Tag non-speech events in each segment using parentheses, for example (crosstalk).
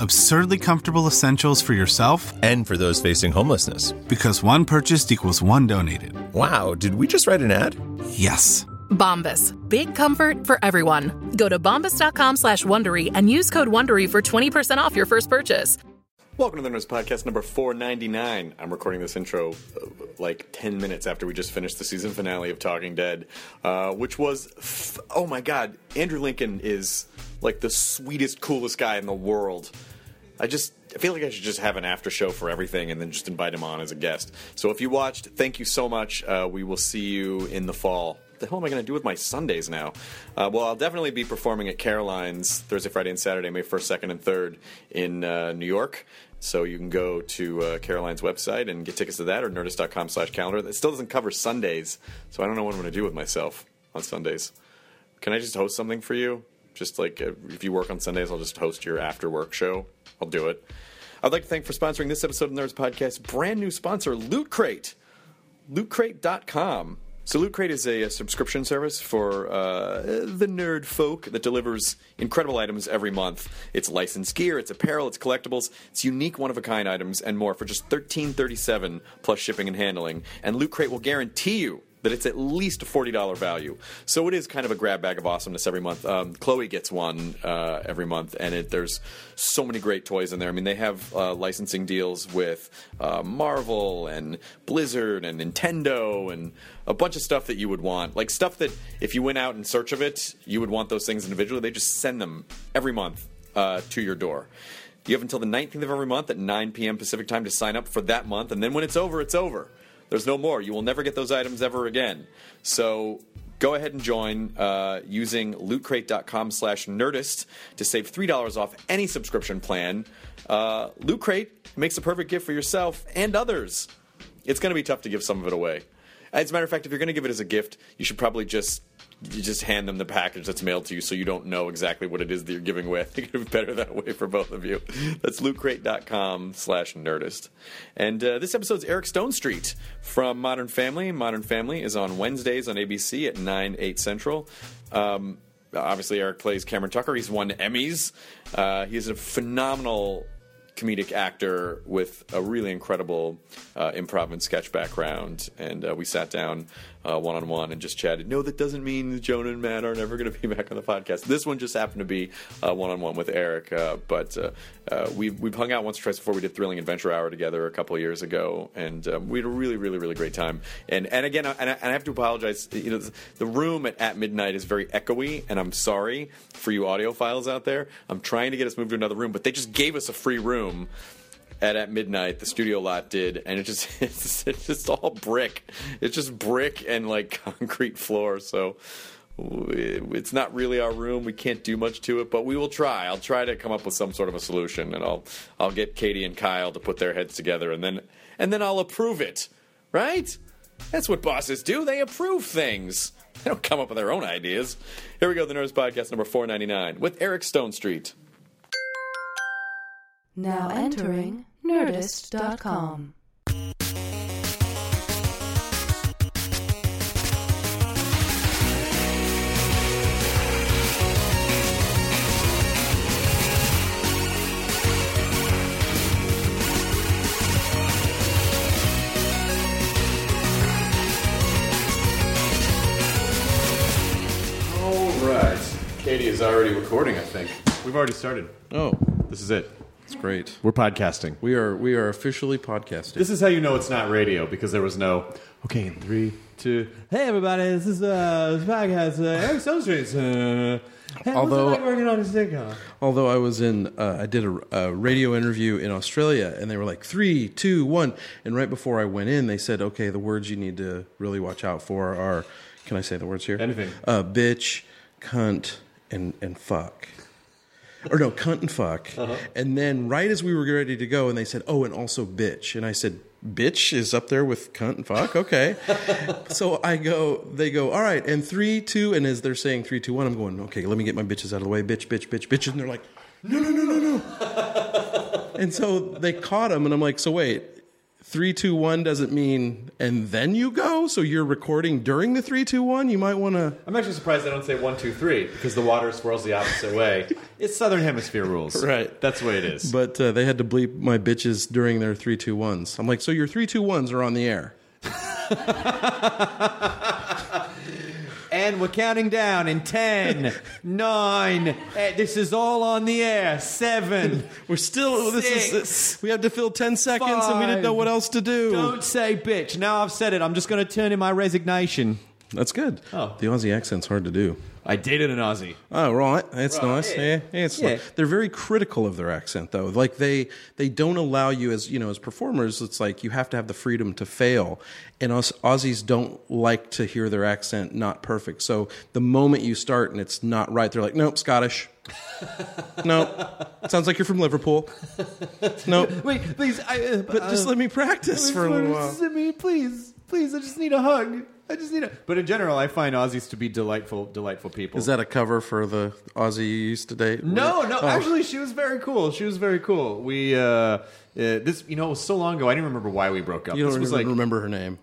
Absurdly comfortable essentials for yourself and for those facing homelessness. Because one purchased equals one donated. Wow, did we just write an ad? Yes. Bombas. Big comfort for everyone. Go to bombas.com slash Wondery and use code WONDERY for 20% off your first purchase. Welcome to the Nerds Podcast number 499. I'm recording this intro uh, like 10 minutes after we just finished the season finale of Talking Dead, uh, which was, f- oh my god, Andrew Lincoln is like the sweetest, coolest guy in the world. I just I feel like I should just have an after show for everything and then just invite him on as a guest. So if you watched, thank you so much. Uh, we will see you in the fall. What the hell am I going to do with my Sundays now? Uh, well, I'll definitely be performing at Caroline's Thursday, Friday, and Saturday, May 1st, 2nd, and 3rd in uh, New York. So you can go to uh, Caroline's website and get tickets to that or nerdist.com slash calendar. It still doesn't cover Sundays, so I don't know what I'm going to do with myself on Sundays. Can I just host something for you? Just like uh, if you work on Sundays, I'll just host your after work show. I'll do it. I'd like to thank for sponsoring this episode of Nerds Podcast, brand new sponsor, Loot Crate lootcrate.com. So, Loot Crate is a, a subscription service for uh, the nerd folk that delivers incredible items every month. It's licensed gear, it's apparel, it's collectibles, it's unique, one of a kind items, and more for just $13.37 plus shipping and handling. And Loot Crate will guarantee you that it's at least a $40 value. So, it is kind of a grab bag of awesomeness every month. Um, Chloe gets one uh, every month, and it, there's so many great toys in there. I mean, they have uh, licensing deals with uh, Marvel and Blizzard and Nintendo and a bunch of stuff that you would want. Like stuff that if you went out in search of it, you would want those things individually. They just send them every month uh, to your door. You have until the 19th of every month at 9 p.m. Pacific time to sign up for that month, and then when it's over, it's over. There's no more. You will never get those items ever again. So go ahead and join uh, using lootcrate.com slash nerdist to save $3 off any subscription plan. Uh, Loot Crate makes the perfect gift for yourself and others. It's going to be tough to give some of it away. As a matter of fact, if you're going to give it as a gift, you should probably just you just hand them the package that's mailed to you so you don't know exactly what it is that you're giving away. I (laughs) think it would be better that way for both of you. That's lootcrate.com slash nerdist. And uh, this episode's Eric Stone Street from Modern Family. Modern Family is on Wednesdays on ABC at 9, 8 central. Um, obviously, Eric plays Cameron Tucker. He's won Emmys. Uh, he's a phenomenal comedic actor with a really incredible uh, improv and sketch background. And uh, we sat down one on one and just chatted. No, that doesn't mean that Jonah and Matt are never going to be (laughs) back on the podcast. This one just happened to be one on one with Eric. Uh, but uh, uh, we've, we've hung out once or twice before. We did Thrilling Adventure Hour together a couple of years ago. And um, we had a really, really, really great time. And, and again, I- and I, and I have to apologize. You know, the room at, at midnight is very echoey. And I'm sorry for you audiophiles out there. I'm trying to get us moved to another room, but they just gave us a free room at at midnight the studio lot did and it just (laughs) it's, it's just all brick it's just brick and like (laughs) concrete floor so we- it's not really our room we can't do much to it but we will try i'll try to come up with some sort of a solution and i'll i'll get katie and kyle to put their heads together and then and then i'll approve it right that's what bosses do they approve things they don't come up with their own ideas here we go the nerds podcast number 499 with eric stone street Now entering Nerdist.com. all right katie is already recording i think We've already started. oh This is it. It's great. We're podcasting. We are we are officially podcasting. This is how you know it's not radio because there was no, okay, in three, to hey everybody, this is uh, this podcast uh, Eric Soulstreet's. Uh, hey, Although- what's it like working on a sitcom? Although I was in, uh, I did a, a radio interview in Australia, and they were like three, two, one, and right before I went in, they said, "Okay, the words you need to really watch out for are, can I say the words here? Anything. Uh, bitch, cunt, and and fuck." Or no, cunt and fuck. And then right as we were ready to go, and they said, "Oh, and also bitch," and I said. Bitch is up there with cunt and fuck. Okay, so I go. They go. All right, and three, two, and as they're saying three, two, one, I'm going. Okay, let me get my bitches out of the way. Bitch, bitch, bitch, bitch, and they're like, no, no, no, no, no. and so they caught him, and I'm like, so wait, three, two, one doesn't mean, and then you go. So you're recording during the three, two, one. You might want to. I'm actually surprised they don't say one, two, three because the water swirls the opposite way. (laughs) It's Southern Hemisphere rules, Right. That's the way it is. But uh, they had to bleep my bitches during their three, two, ones. I'm like, so your three, two, ones are on the air. And we're counting down in 10, (laughs) 9, eight, this is all on the air, (laughs) 7. We're oh, still. Oh, This is. Six. We have to fill ten seconds, and we didn't know Five. what else to do. Don't say bitch. Now I've said it, I'm just going to turn in my resignation. That's good. Oh. The Aussie accent's hard to do. I dated an Aussie. Oh right, that's nice. Yeah, yeah, it's Yeah. nice. They're very critical of their accent, though. Like they they don't allow you as you know as performers. It's like you have to have the freedom to fail, and us Aussies don't like to hear their accent not perfect. So the moment you start and it's not right, they're like, nope, (laughs) Scottish. nope, sounds like you're from Liverpool. Nope, (laughs) Wait, please. I, uh, but just let me practice for a little while. I mean, please, please, I just need a hug. I just need a. But in general, I find Aussies to be delightful, delightful people. Is that a cover for the Aussie you used to date? No, no. (laughs) Oh. Actually, she was very cool. She was very cool. We uh, uh this you know it was so long ago. I didn't remember why we broke up. you this don't was even like remember her name.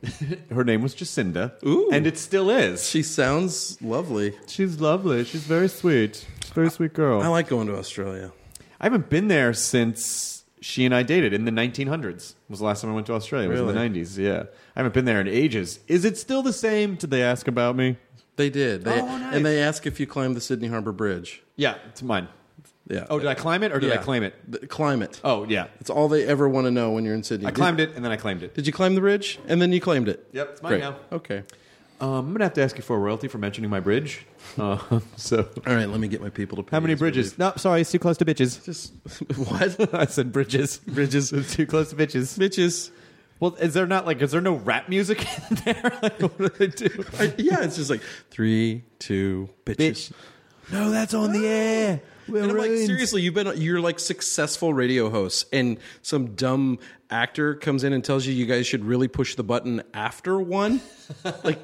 her name was Jacinda. Ooh. and it still is. She sounds lovely. she's lovely. She's very sweet. She's a very sweet girl. I like going to Australia. I haven't been there since she and I dated in the 1900s. Was the last time I went to Australia. It was Really? in the 90s. Yeah, I haven't been there in ages. Is it still the same? Did they ask about me? They did. They, Oh, nice. And they ask if you climb the Sydney Harbour Bridge. Yeah, it's mine. Yeah. Oh, did I climb it or did I Yeah. claim it? The- climb it. Oh, yeah. It's all they ever want to know when you're in Sydney. I climbed it and then I claimed it. Did you climb the bridge? And then you claimed it. Yep, it's mine Great. now. Okay. Um, I'm gonna have to ask you for a royalty for mentioning my bridge. Uh, (laughs) so, All right, let me get my people to pay how many as we bridges? leave. No, sorry, it's too close to bitches. Just (laughs) what? (laughs) I said bridges. Bridges. (laughs) It's too close to bitches. Bitches. Well, is there not like is there no rap music (laughs) in there? Like, what do they do? I- yeah, it's just like three, two, bitches. Bitch. No, that's on the air. We're And I'm like, ruined. seriously, you've been you're like successful radio hosts, and some dumb actor comes in and tells you you guys should really push the button after one. (laughs) like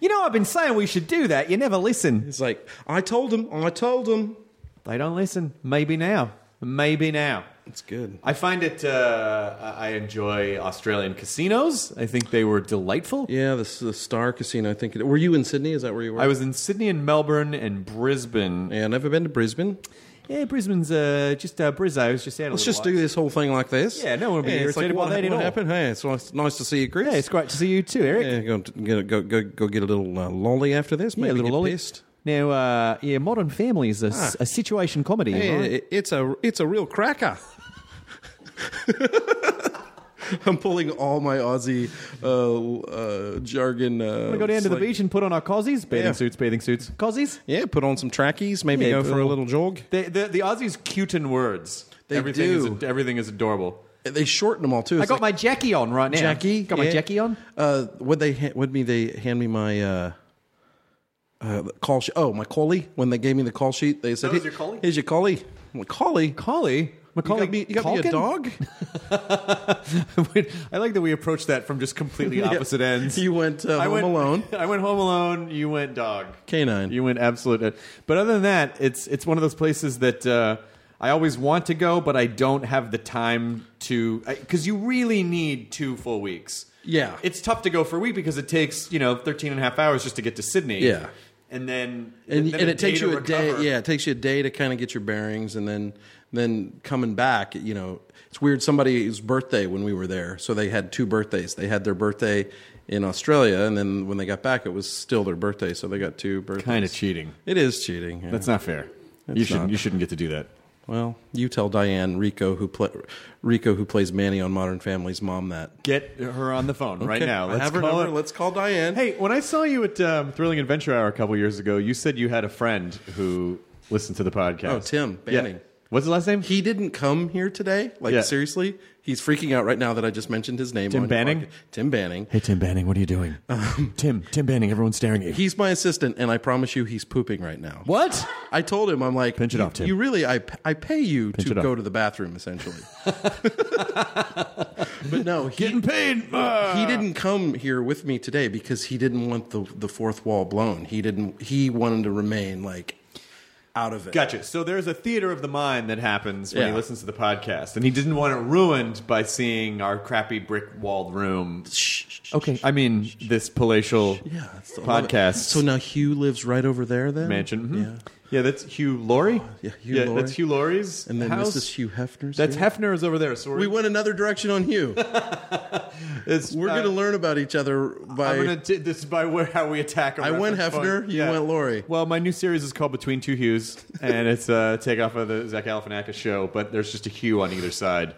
You know, I've been saying we should do that. You never listen. it's like I told him, I told him. They don't listen. Maybe now. Maybe now. It's good. I find it. Uh, I I enjoy Australian casinos. I think they were delightful. Yeah, the, the Star Casino. I think. Were you in Sydney? Is that where you were? I was in Sydney and Melbourne and Brisbane. Yeah, never been to Brisbane. Yeah, Brisbane's uh, just uh, Brizzo. I was just out. a Let's little just while. do this whole thing like this. Yeah, no one would be yeah, it's like, irritated by what, that at what all. happened? Hey, it's nice, nice to see you, Chris. Yeah, it's great to see you too, Eric. Yeah, go, get a- go, go, go get a little uh, lolly after this. Yeah, Maybe little get lolly. pissed. Ah. Now, uh, yeah, Modern Family is a, s- a situation comedy. Yeah, right? it- it's a it's a real cracker. (laughs) I'm pulling all my Aussie uh, uh, jargon. Uh, We go down to the beach and put on our cozies, bathing Yeah. suits, bathing suits, cozies. Yeah, put on some trackies. Maybe Yeah, go put for a on- little jog. They, the, the Aussies cute in words. They everything do. Is, everything is adorable. They shorten them all too. I It's got like- my Jackie on right now. Jackie. got my yeah. Jackie on. Uh, would they? Ha- would me? They hand me my uh, uh, call. She- oh, my collie. When they gave me the call sheet, they said, That was "Here- your collie? Here's your collie." I'm like, collie. Collie, Macaulay, you got me, you got me a Culkin? (laughs) dog. I like that we approached that from (laughs) just completely opposite ends. You went, uh, I Home Alone. (laughs) I went Home Alone. You went Dog. Canine. You went absolute. uh, But other than that, it's it's one of those places that uh, I always want to go, but I don't have the time to. Because you really need two full weeks. Yeah. It's tough to go for a week because it takes you know 13 and a half hours just to get to Sydney. Yeah. And then and, then and it day takes to you a recover. day. Yeah, it takes you a day to kind of get your bearings, and then then coming back. You know, it's weird. Somebody's birthday when we were there, so they had two birthdays. They had their birthday in Australia, and then when they got back, it was still their birthday, so they got two birthdays. Kind of cheating. It is cheating. yeah. That's not fair. you shouldn't. not. You shouldn't get to do that. Well, you tell Diane Rico who pla Rico who plays Manny on Modern Family's mom that Get her on the phone right Okay, now. I Let's have her call number. her. Let's call Diane. Hey, when I saw you at um, Thrilling Adventure Hour a couple years ago, you said you had a friend who listened to the podcast. Oh, Tim Yeah. Banning. What's his last name? He didn't come here today. Like Yeah. seriously, he's freaking out right now that I just mentioned his name. Tim on your Banning? podcast. Tim Banning. hey, Tim Banning, what are you doing? Um, Tim, Tim Banning, everyone's staring at you. He's my assistant, and I promise you, he's pooping right now. what? I told him, I'm like, Pinch it you, off, Tim. You really, I, I pay you Pinch to it off. go to the bathroom, (laughs) essentially. but no, he, Getting paid. uh, he didn't come here with me today because he didn't want the, the fourth wall blown. He didn't. He wanted to remain like out of it. Gotcha. So there's a theater of the mind that happens when he Yeah. listens to the podcast, and he didn't want it ruined by seeing our crappy brick walled room. Okay. I mean, this palatial Yeah, that's- I love it. podcast So now Hugh lives right over there, then mansion. Mhm. Yeah. Uh, Yeah, that's Hugh Laurie. Yeah, Hugh Laurie. that's Hugh Laurie's. And then house. this is Hugh Hefner's. That's here. Hefner is over there. So we're, We went another direction on Hugh. it's, We're uh, (laughs) going to learn about each other by. I'm gonna t- this is by where how we attack. I I went Hefner, you went Laurie. Well, my new series is called Between Two Hues, and it's a takeoff of the Zach Galifianakis show. But there's just a hue on either side,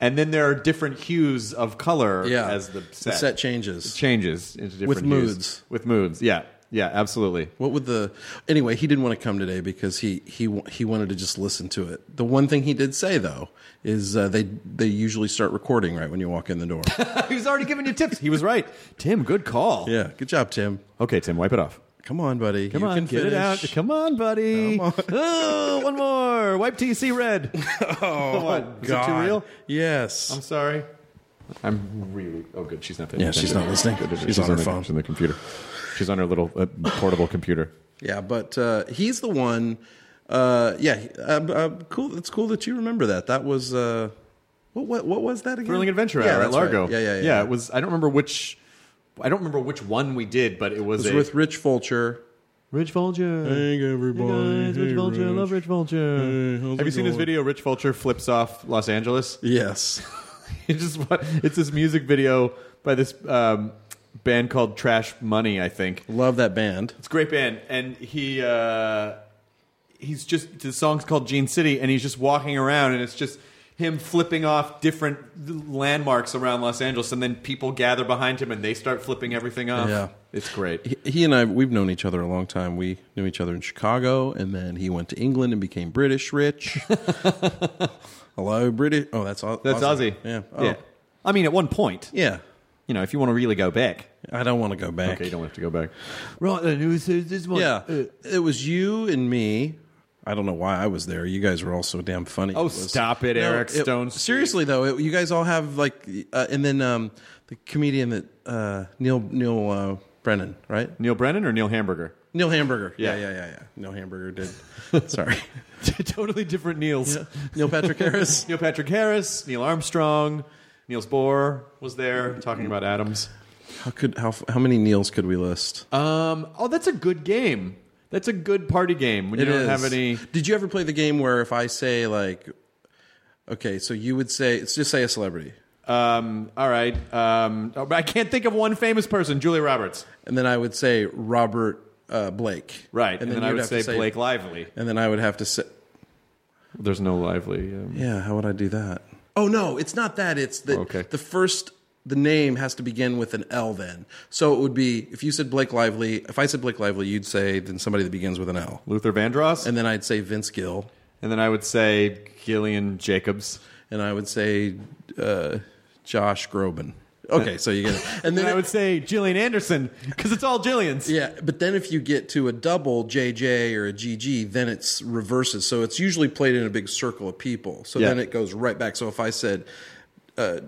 and then there are different hues of color yeah, as the set, changes. changes into different With hues. moods. With moods, yeah, yeah, (laughs) absolutely. What would the anyway? He didn't want to come today because he he wa- he wanted to just listen to it. The one thing he did say though is uh, they they usually start recording right when you walk in the (laughs) door. he was already giving you tips. He was right, Tim. Good call. yeah, good job, Tim. Okay, Tim, wipe it off. Come on, buddy. Come You on, can get it out. finish. Come on, buddy. Come on. (laughs) Oh, one more. Wipe till you see red. (laughs) Oh, What? Is it too God. real? Yes. I'm sorry. I'm really. Oh, good. She's not. paying Yeah, she's attention. not listening. Good. She's on her phone. She's on the computer. She's on her little uh, portable computer. Yeah, but uh, he's the one. Uh, yeah, he- uh, uh, cool. It's cool that you remember that. That was uh, what, what? What was that again? Thrilling Adventure yeah, Hour at that's right. Largo. Yeah, yeah, yeah. It was. I don't remember which. I don't remember which one we did, but it It was, was a, with Rich Vulture. Rich Vulture. Hey, everybody. guys, Rich Hey, Vulture. I Rich. love Rich Vulture. Hey, how's Have you it seen his going? video? Rich Vulture flips off Los Angeles. (laughs) Yes. (laughs) It's just what- it's this music video by this um, band called Trash Money, I think. Love that band. It's a great band, and he uh, he's just the song's called Gene City, and he's just walking around, and it's just him flipping off different landmarks around Los Angeles, and then people gather behind him, and they start flipping everything off. Yeah. it's great. He- He and I, we've known each other a long time. We knew each other in Chicago, and then he went to England and became British (laughs) rich. Hello, British. Oh, that's Oz- That's Ozzy. Yeah. Oh. yeah. yeah. I mean, at one point, you know, if you want to really go back, I don't want to go back. okay, you don't have to go back. Right, then it was this one. Uh, Yeah. it was you and me. I don't know why I was there. You guys were all so damn funny. Oh, It was- stop it, Eric Stone Street. Seriously though, it, you guys all have like, uh, and then um, the comedian that uh, Neil Neil uh, Brennan, right? Neil Brennan or Neil Hamburger? Neil Hamburger. Yeah, Yeah. yeah, yeah, yeah. Neil Hamburger did. (laughs) Sorry. (laughs) totally different Neils. Neil Patrick Harris. Neil Patrick Harris, Neil Armstrong, Niels Bohr was there talking about atoms. How could how how many Neils could we list? Um, oh, that's a good game. That's a good party game when you don't have any. Did you ever play the game where if I say like, okay, so you would say, it's just say a celebrity, Um, all right. Um, oh, but I can't think of one famous person. Julia Roberts. and then I would say Robert uh, Blake, Right. And, then, I you'd would have say, to Blake Lively. and then I would have to say, There's no Lively. Um, yeah, how would I do that? Oh no, it's not that. It's the Okay. the first. The name has to begin with an L then. So it would be if you said Blake Lively, if I said Blake Lively, you'd say then somebody that begins with an L. Luther Vandross. And And, then I'd say Vince Gill. then I would say Gillian Jacobs. and I would say uh, Josh Groban. (laughs) Okay, so you get it. And And then I would say Gillian Anderson because it's all Gillians. yeah, but then if you get to a double JJ or a GG, then it's reverses. So it's usually played in a big circle of people. So Yeah. then it goes right back. So if I said uh,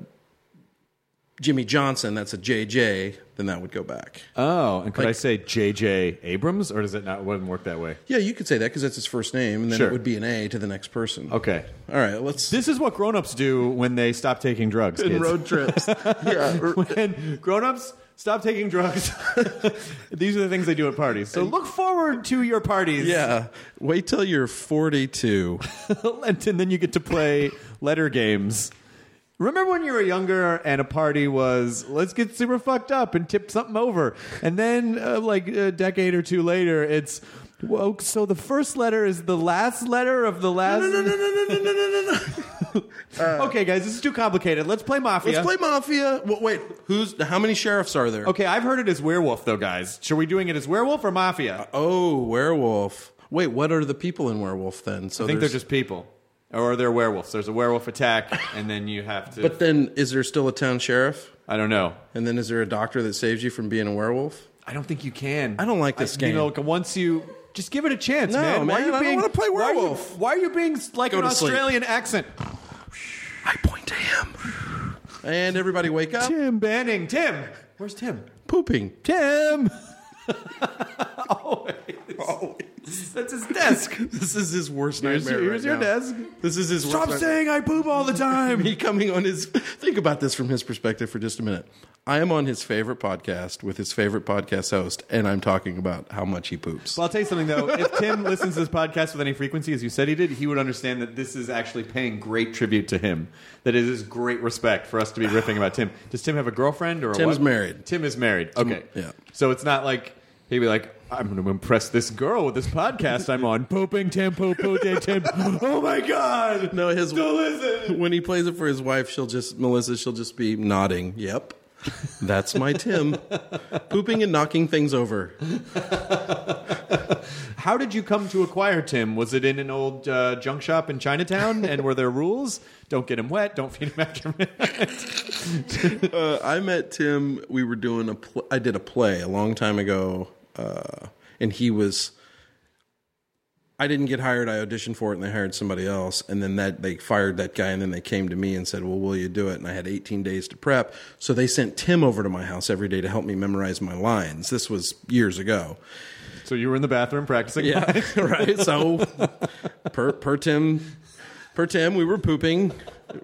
Jimmy Johnson, that's a JJ, then that would go back. Oh, and could I say J.J. Abrams or does it not wouldn't work that way? yeah, you could say that because that's his first name, and then Sure. it would be an A to the next person. Okay. All right, let's. This is what grown-ups do when they stop taking drugs. in kids. road trips. (laughs) yeah. or- when grown-ups stop taking drugs (laughs) these are the things they do at parties so look forward to your parties yeah. Wait till you're 42. (laughs) and then you get to play letter games remember when you were younger and a party was let's get super fucked up and tip something over and then uh, like a decade or two later it's Well, so the first letter is the last letter of the last. No, no, no, (laughs) no, no, no, no, no, no. okay, guys, this is too complicated. Let's play Mafia. Let's play mafia. Wha- Wait, who's how many sheriffs are there? Okay, I've heard it as werewolf though, guys. Should we doing it as werewolf or mafia? Oh, werewolf. Wait, what are the people in werewolf then? So I think they're there's- just people, or they're werewolves. There's a werewolf attack, and then you have to. But then, is there still a town sheriff? I don't know. And then, is there a doctor that saves you from being a werewolf? I don't think you can. I don't like this You game. know, once you just give it a chance, No, man. Why man, are you I don't being? wanna play why are you- werewolf. Why are you, being like Go an to sleep. Australian accent? I point to him, and everybody wake up. Tim Banning. Tim, where's Tim? Pooping. Tim. (laughs) Always. Always. That's his desk. (laughs) This is his worst Here's your, nightmare. here's your right now. desk. This is his Stop worst saying I (laughs) poop all the time. me coming on his think about this from his perspective for just a minute i am on his favorite podcast with his favorite podcast host and i'm talking about how much he poops Well, I'll tell you something (laughs) though. If Tim listens to this podcast with any frequency, as you said he did, he would understand that this is actually paying great tribute to him. That it is great respect for (sighs) us to be riffing about Tim. Does Tim have a girlfriend or? a Tim's what? married. Tim is married. Um, Okay. yeah. So it's not like he'd be like, "I'm going to impress this girl with this podcast I'm on." (laughs) Pooping Tim, poo poo day Tim. (laughs) Oh my god! no his Don't listen. when he plays it for his wife she'll just melissa she'll just be nodding yep that's my tim (laughs) pooping and knocking things over How did you come to acquire Tim? Was it in an old uh, junk shop in Chinatown? and were there rules? Don't get him wet. Don't feed him after (laughs) Uh, I met Tim. We were doing a. Pl- I did a play a long time ago, uh, and he was. I didn't get hired. I auditioned for it, and they hired somebody else. And then that they fired that guy, and then they came to me and said, "Well, will you do it?" And I had 18 days to prep, so they sent Tim over to my house every day to help me memorize my lines. This was years ago. So you were in the bathroom practicing. Yeah, (laughs) right. So per per Tim, per Tim, we were pooping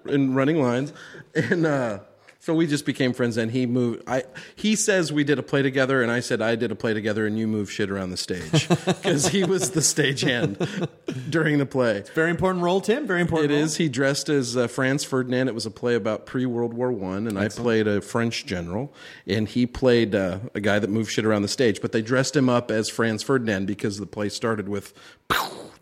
and running lines, and uh, so we just became friends. And he moved. I he says we did a play together, and I said I did a play together, and you moved shit around the stage (laughs) because he was the stagehand during the play. Very important role, Tim. Very important. It role. is. He dressed as uh, Franz Ferdinand. It was a play about pre World War One, and I played a French general, and he played uh, a guy that moved shit around the stage. But they dressed him up as Franz Ferdinand because the play started with (laughs)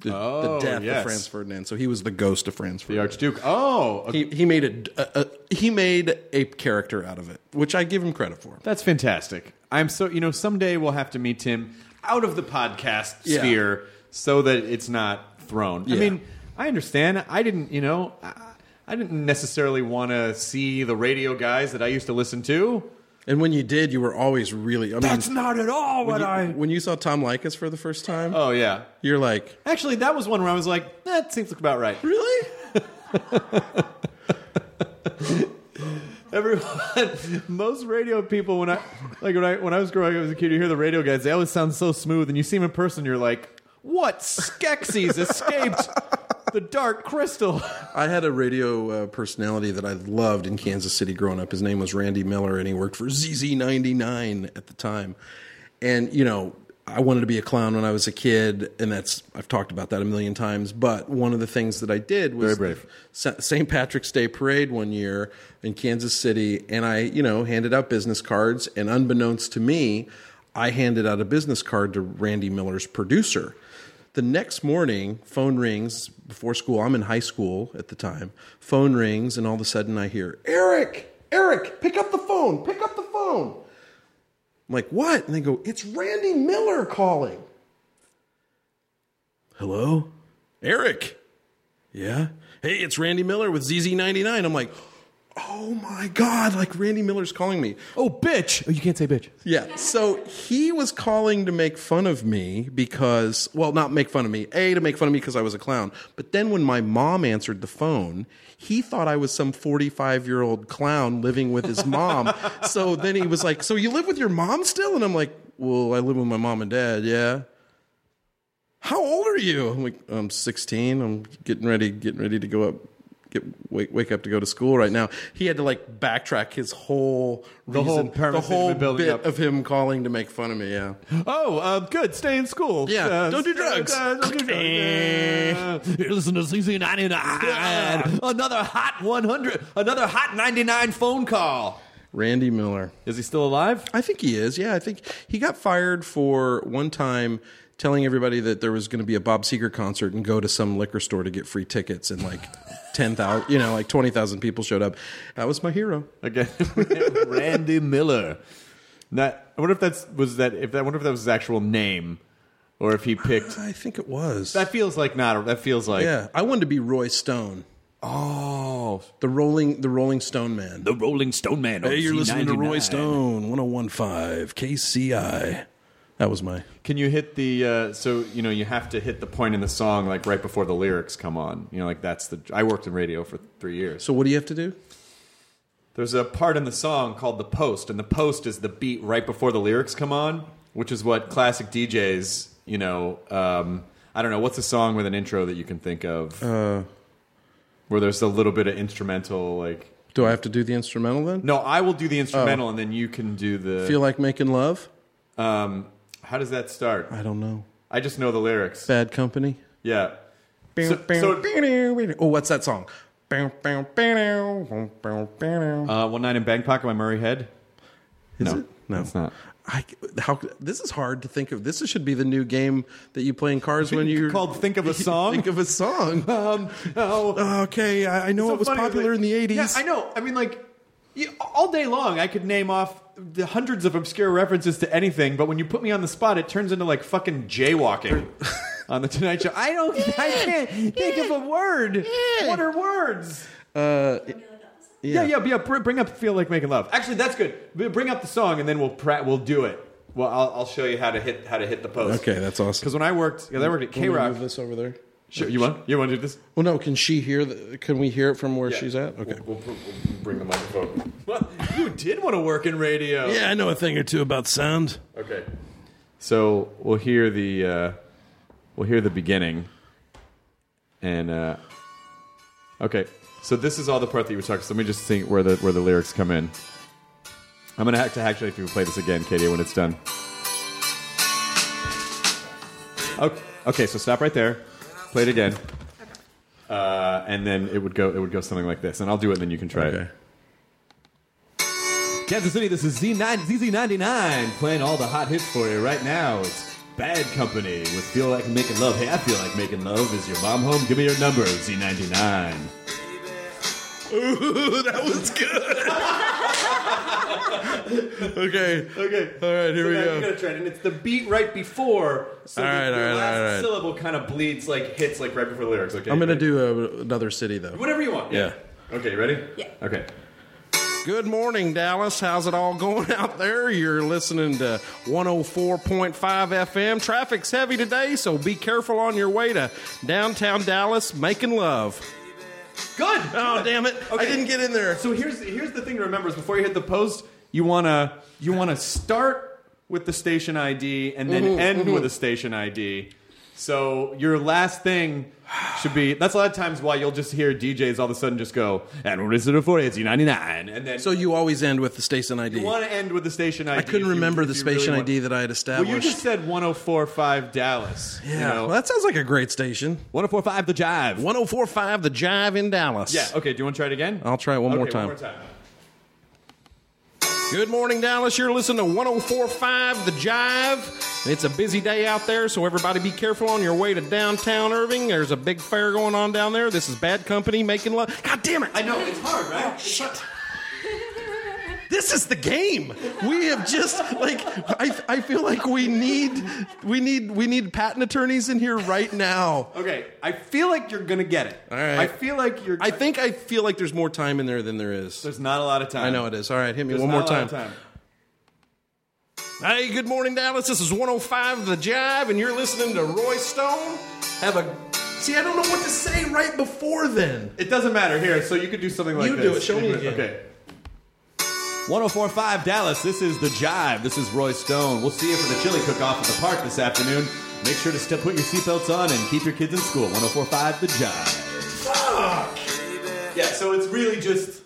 the, the Oh, death yes. of Franz Ferdinand, so he was the ghost of Franz the Ferdinand. Archduke. Oh, okay. he, he made a, a, a he made a character out of it, which I give him credit for. that's fantastic. I'm so you know someday we'll have to meet Tim out of the podcast Yeah. sphere so that it's not thrown. I Yeah. mean, I understand. I didn't, you know, I, I didn't necessarily want to see the radio guys that I used to listen to. And when you did, you were always really. I mean, not at all what you- when you saw Tom Likas for the first time, Oh yeah. you're like, Actually, that was one where I was like, that seems about right. really? Everyone, (laughs) most radio people when I like when I when I was growing up as a kid, you hear the radio guys. They always sound so smooth, and you see them in person, you're like, "What Skeksis escaped the dark crystal?" (laughs) I had a radio uh, personality that I loved in Kansas City growing up. His name was Randy Miller, and he worked for ZZ99 at the time. And, you know, I wanted to be a clown when I was a kid, and that's, I've talked about that a million times. But one of the things that I did was Very brave. Sa- St. Patrick's Day parade one year in Kansas City, and I, you know, handed out business cards, and unbeknownst to me, I handed out a business card to Randy Miller's producer. The next morning, phone rings before school. I'm in high school at the time. Phone rings, and all of a sudden I hear, Eric, Eric, pick up the phone, pick up the phone. I'm like, what? And they go, it's Randy Miller calling. Hello? Eric. Yeah. Hey, it's Randy Miller with ZZ99. I'm like, oh my God, like Randy Miller's calling me. Oh, bitch! Oh, you can't say bitch. Yeah. So he was calling to make fun of me because, well, not make fun of me. A, to make fun of me because I was a clown. But then when my mom answered the phone, he thought I was some 45 year old clown living with his mom. so then he was like, So you live with your mom still? And I'm like, Well, I live with my mom and dad. Yeah. How old are you? I'm like, I'm 16. I'm getting ready, getting ready to go up. Get, wake, wake up to go to school right now. He had to like backtrack his whole The whole reason- premise the that you've whole been building bit up. of him calling to make fun of me. Yeah, Oh, uh, good. Stay in school. Yeah, Uh, don't do stay- drugs. uh, don't do drugs. (laughs) Uh, you listen to CC99. Another hot 100. Another hot 99 phone call. Randy Miller. Is he still alive? I think he is. Yeah, I think he got fired for one time telling everybody that there was going to be a Bob Seger concert and go to some liquor store to get free tickets, and like (laughs) ten thousand, you know, like twenty thousand people showed up. That was my hero. Again, (laughs) Randy Miller. That I wonder if that's was that if that I wonder if that was his actual name, or if he (sighs) picked. I think it was. That feels like not. That feels like yeah, I wanted to be Roy Stone, oh, the Rolling the Rolling Stone Man. the Rolling Stone Man. hey, you're listening to Roy Stone, 101.5 KCI. That was my. Can you hit the uh, so you know you have to hit the point in the song like right before the lyrics come on. You know, like that's the. I worked in radio for three years. So what do you have to do? There's a part in the song called the post, and the post is the beat right before the lyrics come on, which is what classic DJs, you know, um, I don't know, what's a song with an intro that you can think of Uh, where there's a little bit of instrumental, like. Do I have to do the instrumental then? No, I will do the instrumental, and then you can do the. Oh. Feel like making love? um, how does that start? I don't know. I just know the lyrics. Bad company. Yeah. So- so- Oh, what's that song? No, Uh, One Night in Bangkok by Murray Head. no, it? No. it's not. I, how this is hard to think of. This should be the new game that you play in (laughs) cars when you Called (laughs) Think of a Song? Think of a song. (laughs) Um, oh, okay, I, I know So it was funny, popular in like- the '80s. Yeah, I know. I mean, like y- all day long, I could name off the hundreds of obscure references to anything, but when you put me on the spot, it turns into like fucking (laughs) jaywalking on the Tonight Show. I don't. I can't think of a word. What are words? Uh, Yeah, yeah, yeah. br- Bring up "Feel Like Making Love." Actually, that's good. B- Bring up the song, and then we'll pra- we'll do it. Well, I'll, I'll show you how to hit how to hit the post. Okay, that's awesome. Because when I worked, yeah, I worked at K Can we move Rock. this over there? Sure, you want you want to do this? Well, no. Can she hear? The, can we hear it from where Yeah. she's at? Okay. We'll, we'll- we'll bring the (laughs) microphone. Well, you did want to work in radio. Yeah, I know a thing or two about sound. Okay. So we'll hear the uh, we'll hear the beginning, and uh, okay. So this is all the part that you were talking. So let me just think where the where the lyrics come in. I'm gonna have to actually if you play this again, Katie, when it's done. Okay. Okay. So stop right there. Play it again. Uh, and then it would go. It would go something like this, and I'll do it, and then you can try it. Okay. Kansas City, this is Z9, ZZ99 playing all the hot hits for you right now. It's Bad Company with Feel Like Making Love. Hey, I feel like making love. Is your mom home? Give me your number, Z99. (laughs) Ooh, that was good. (laughs) okay. Okay. All right, here we go. to try it. And it's the beat right before. So All the- right, the all right, last all right, all right. syllable kind of bleeds, like hits, like right before the lyrics. Okay. I'm gonna do a, another city though. whatever you want. Yeah. Okay, you ready? Yeah. Okay. Good morning, Dallas. How's it all going out there? You're listening to 104.5 FM. Traffic's heavy today, so be careful on your way to downtown Dallas making love. Good. Oh, Good. damn it. I Okay. didn't get in there. So here's here's the thing to remember is before you hit the post, you wanna you wanna start with the station ID and Mm-hmm, then end with a station ID. So your last thing should be that's a lot of times why you'll just hear DJs all of a sudden just go and what is it for you? It's ninety nine and then So you always end with the station ID. you want to end with the station ID. I couldn't if you- remember if the you station really want- ID that I had Well, you just established. said 1045 Dallas. you yeah, know? well, that sounds like a great station. 1045 The Jive. 104.5 The Jive in Dallas. yeah, okay, do you want to try it again? I'll try it one Okay, more time. One more time. Good morning, Dallas. You're listening to 1045 The Jive. It's a busy day out there, so everybody be careful on your way to downtown Irving. There's a big fair going on down there. This is bad company making love. God damn it. Oh, I know, it's hard, right? Shit. this is the game. We have just like I, I feel like we need we need we need patent attorneys in here right now. Okay, I feel like you're gonna get it. All right. I feel like you're. I think I feel like there's more time in there than there is. there's not a lot of time. I know it is. All right, hit me There's one not more a lot time. of Hey, good morning, Dallas. This is 105 The Jive, and you're listening to Roy Stone. Have a see. I don't know what to say right before then. It doesn't matter here. So you could do something like You this. do it. Show me again. Okay. 1045 Dallas. This is The Jive. This is Roy Stone. We'll see you for the chili cook off at the park this afternoon. Make sure to step, put your seatbelts on and keep your kids in school. 1045 The Jive. Yeah, so it's really just.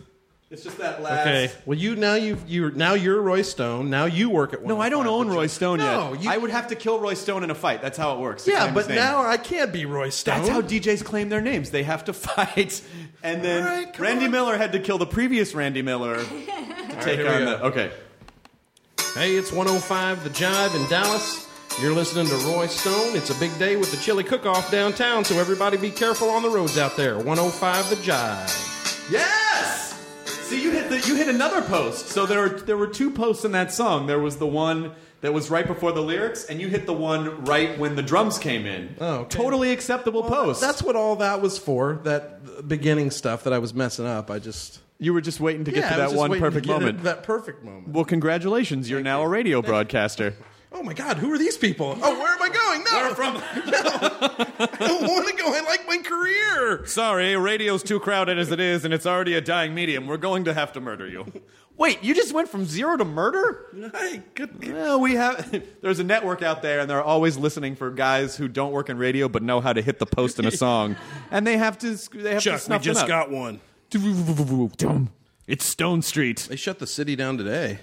It's just that last. Okay. Well, you now you you now you're Roy Stone. Now you work at. No, I don't 105 own The Roy Jive. Stone no, yet. You, I would have to kill Roy Stone in a fight. That's how it works. to Yeah, claim but his name. now I can't be Roy Stone. That's how DJs claim their names. They have to (laughs) fight. And then All right, come Randy on. (laughs) Miller had to kill the previous Randy Miller to take here we on go. the. Okay. Hey, it's 105 The Jive in Dallas. You're listening to Roy Stone. It's a big day with the chili cook off downtown, so everybody be careful on the roads out there. 105 The Jive. Yes. See, you hit the, you hit another post. So there were there were two posts in that song. There was the one that was right before the lyrics, and you hit the one right when the drums came in. Oh, okay. totally acceptable post. That's what all that was for, that beginning stuff that I was messing up. I just. you were just waiting to get Yeah, I to was that just one waiting to perfect get it- moment. That perfect moment. well, congratulations! You're now a radio broadcaster. Oh my God, who are these people? Oh, where am I going? No! Where from? (laughs) I don't want to go. I like my career. Sorry, radio's too crowded as it is, and it's already a dying medium. We're going to have to murder you. Wait, you just went from zero to murder? Hey, good. Well, we have. There's a network out there, and they're always listening for guys who don't work in radio but know how to hit the post in a song, and they have to. They have to Chuck, we snuff just them got up. one. It's Stone Street. They shut the city down today.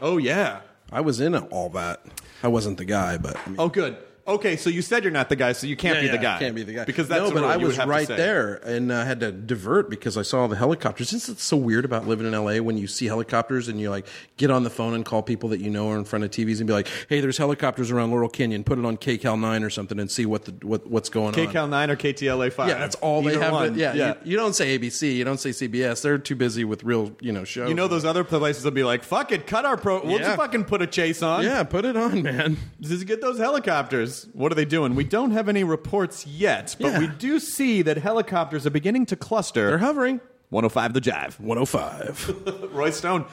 Oh yeah. I was in all that. I wasn't the guy, but I mean, Oh good. Okay, so you said you're not the guy, so you can't Yeah, be yeah, the guy. Can't be the guy because that's no. the But rule I you would was have to right say. there, and I had to divert because I saw the helicopters. Isn't it so weird about living in LA when you see helicopters and you like get on the phone and call people that you know are in front of TVs and be like, "Hey, there's helicopters around Laurel Canyon. Put it on KCAL nine or something and see what the what what's going on." KCAL nine or KTLA five. Yeah, that's all they Either have. one. to- yeah, yeah. You, you don't say ABC. You don't say CBS. They're too busy with real, you know, shows. You know those other places will be like, "Fuck it, cut our pro. We'll Yeah. just fucking put a chase on. Yeah, put it on, man. Just get those helicopters. What are they doing? We don't have any reports yet, but Yeah. we do see that helicopters are beginning to cluster. They're hovering. 105 the jive. (laughs) 105. Roy Stone.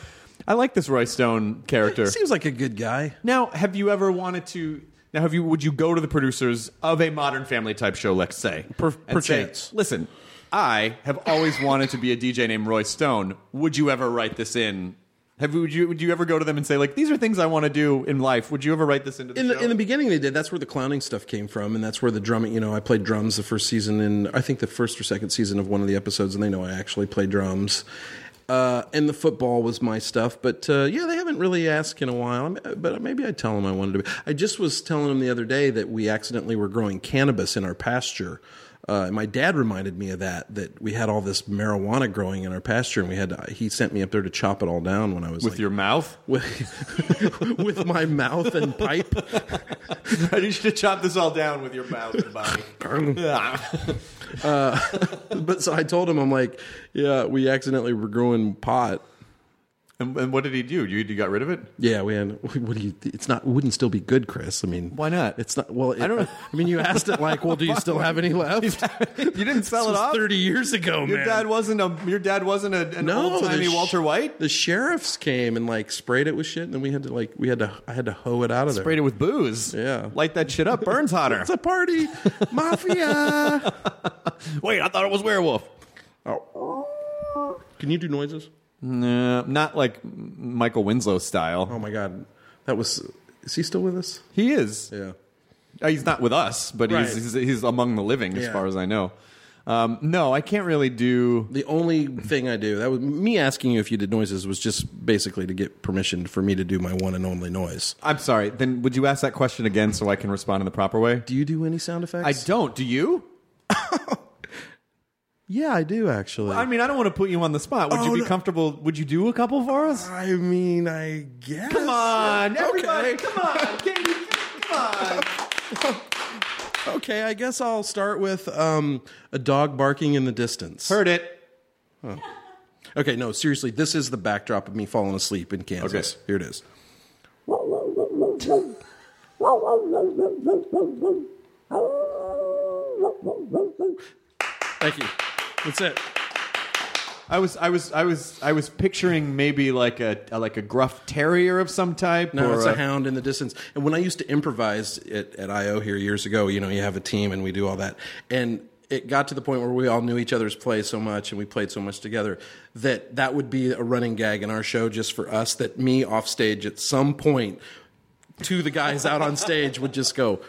I like this Roy Stone character. (laughs) Seems like a good guy. Now, have you ever wanted to? Now, have you? Would you go to the producers of a Modern Family type show? Let's say, Per- and say, perchance. Listen, I have always wanted to be a DJ named Roy Stone. Would you ever write this in? Have you? Would you? Would you ever go to them and say, like, these are things I want to do in life? Would you ever write this into the in show? the, in the beginning they did that's where the clowning stuff came from and that's where the drumming you know i played drums the first season in i think the first or second season of one of the episodes and they know i actually play drums uh, and the football was my stuff but uh, yeah they haven't really asked in a while I'm- uh, but maybe i tell them i wanted to be i just was telling them the other day that we accidentally were growing cannabis in our pasture uh, and my dad reminded me of that that we had all this marijuana growing in our pasture and we had to, he sent me up there to chop it all down when i was with like, (laughs) your mouth? with, with my mouth and pipe (laughs) I need you to chop this all down with your mouth (laughs) Ah. and body. But so I told him, I'm like, yeah, we accidentally were growing pot. and, and what did he do? You, you got rid of it? Yeah, we had. (laughs) What do you? It's not. It wouldn't still be good, Chris. I mean, Why not? It's not. Well, it, I I don't don't. know. I mean, you asked it like, well, do (laughs) you still have any left? you didn't (laughs) sell This it was off. Thirty years ago, your man. dad wasn't a. Your dad wasn't a, an no, old the timey sh- Walter White. The sheriffs came and like sprayed it with shit, and then we had to like we had to I had to hoe it out of Sprayed it with booze. Yeah. Light that (laughs) shit up. Burns there. hotter. It's a (laughs) (laughs) party, mafia. Wait, I thought it was werewolf. Oh. Can you do noises? No, not like M- Michael Winslow style. Oh my god, that was. Is he still with us? He is. Yeah. Uh, He's not with us, but Right. he's, he's he's among the living as Yeah. far as I know. Um, no, I can't really do. The only thing I do that was me asking you if you did noises was just basically to get permission for me to do my one and only noise. I'm sorry. Then would you ask that question again so I can respond in the proper way? Do you do any sound I effects? don't. Do you? Yeah, I do actually. I mean, I don't want to put you on the spot. Would you Oh, be no. comfortable? Would you do a couple for us? I mean, I guess. Come on, everybody! Okay. Come on, Katie! Come (laughs) on! Okay, I guess I'll start with um, a dog barking in the distance. Heard it. Okay, no, seriously, this is the backdrop of me falling asleep in Kansas. Okay. Here it is. Thank you. That's it. I was, I was, I was, I was picturing maybe like a, a- like a gruff terrier of some type. No, or it's a hound in the distance. And when I used to improvise at, at IO here years ago, you know, you have a team and we do all that. And it got to the point where we all knew each other's plays so much and we played so much together that that would be a running gag in our show just for us that me off stage at some point to the guys out on stage would just go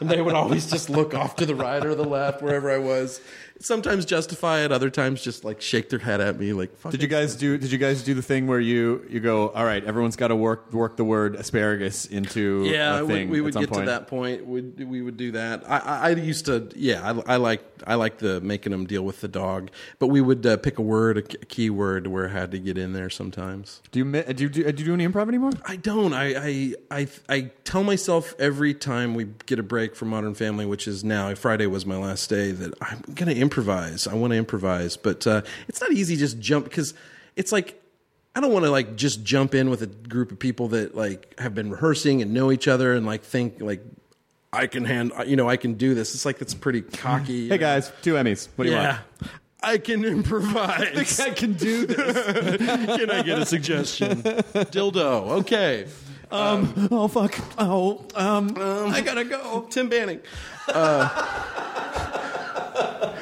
and they would always just look off to the right or the left wherever I was. sometimes justify it, other times just like shake their head at me, like. Fuck Did you it. guys do? Did you guys do the thing where you you go? All right, everyone's got to work work the word asparagus into Yeah, I a would- thing we at would some get point. to that point. We'd, we would do that. I, I, I used to, yeah, I, I like I like the making them deal with the dog, but we would uh, pick a word, a, k- a key word, where I had to get in there sometimes. Do you mi- do you do, do you do any improv anymore? I don't. I, I I I tell myself every time we get a break from Modern Family, which is now Friday was my last day, that I'm gonna improvise. I want to improvise, but uh, it's not easy. Just jump because it's like I don't want to like just jump in with a group of people that like have been rehearsing and know each other and like think like I can hand you know I can do this. It's like that's pretty cocky. you Hey know? guys, two Emmys. What do you yeah. want? (laughs) I can improvise. I can do this. (laughs) Um, Can I get a suggestion? Dildo. Okay. oh fuck. Oh um. I gotta go. Tim Banning. Uh,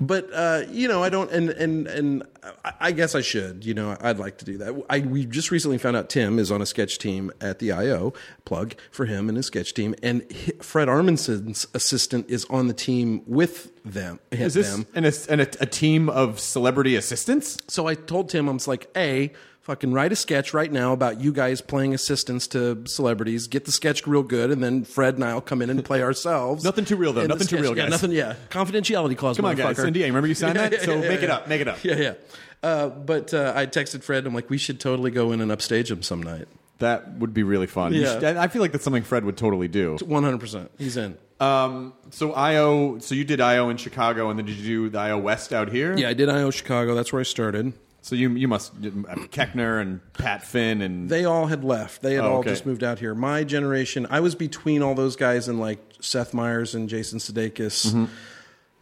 but uh, you know, I don't, and and and I, I guess I should. You know, I'd like to do that. I we just recently found out Tim is on a sketch team at the IO. Plug for him and his sketch team, and hi- Fred Armisen's assistant is on the team with them. Is this them. an, ass- an, a, a team of celebrity assistants? So I told Tim, I'm just like, A, fucking write a sketch right now about you guys playing assistants to celebrities. Get the sketch real good, and then Fred and I'll come in and play (laughs) ourselves. Nothing too real, though. in the Nothing too sketch. real, Yeah, guys. nothing, yeah. Confidentiality clause, Come on, guys. motherfucker. NDA. Remember (laughs) you signed that? So make it up. Make it up. Yeah, yeah. Uh, but uh, I texted Fred, I'm like, we should totally go in and upstage him some night. That would be really fun. You Yeah. should- I I feel like that's something Fred would totally do. 100%. He's in. Um, so IO, so you did IO in Chicago, and then did you do the IO West out here? Yeah, I did IO Chicago. That's where I started. So you you must Keckner and Pat Finn and They all had left. They had Oh, all okay. just moved out here. My generation, I was between all those guys and like Seth Meyers and Jason Sudeikis. I'm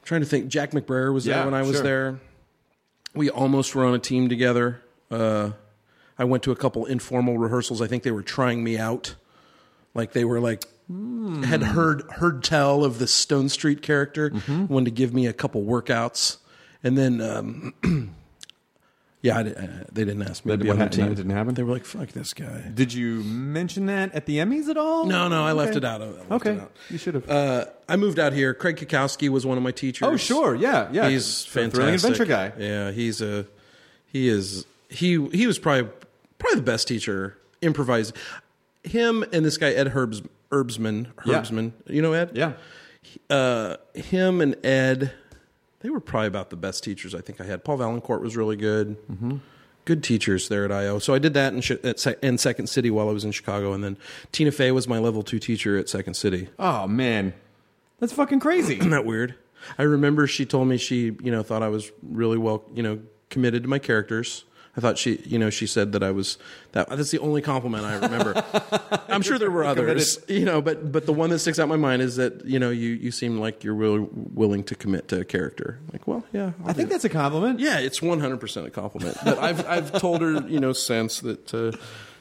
trying to think. Jack McBrayer was Mm-hmm. Yeah, there when I was sure. there. We almost were on a team together. Uh, I went to a couple informal rehearsals. I think they were trying me out. Like they were like Hmm. had heard heard tell of the Stone Street character, Mm-hmm. wanted to give me a couple workouts, and then. Um, (clears throat) Yeah, I di- uh, they didn't ask me That to be what on the happened- team. that didn't happen? They were like, "Fuck this guy." did you mention that at the Emmys at all? No, no, I left Okay. it out. I left okay, it out. you should have. Uh, I moved out here. Craig Kakowski was one of my teachers. oh, sure, yeah, yeah. he's Thrilling fantastic. adventure guy. Yeah, he's a he is he he was probably probably the best teacher. Improvise him and this guy Ed Herbs Herbsman Yeah. Herbsman. You know Ed? Yeah, Uh, him and Ed, they were probably about the best teachers I think I had. Paul Valancourt was really good. Mm-hmm. Good teachers there at IO. So I did that in, Chi- at, Se- in Second City while I was in Chicago, and then Tina Fey was my level two teacher at Second City. Oh man, that's (clears throat) fucking crazy. Isn't that weird? I remember she told me she, you know, thought I was really well, you know, committed to my characters. I thought she, you know, she said that I was that. That's the only compliment I remember. I'm sure there were others, you know, but but the one that sticks out in my mind is that you know you you seem like you're really willing to commit to a character. Like, well, yeah, I'll I think do that's a compliment. yeah, it's 100% a compliment. But I've, I've told her, you know, since that uh,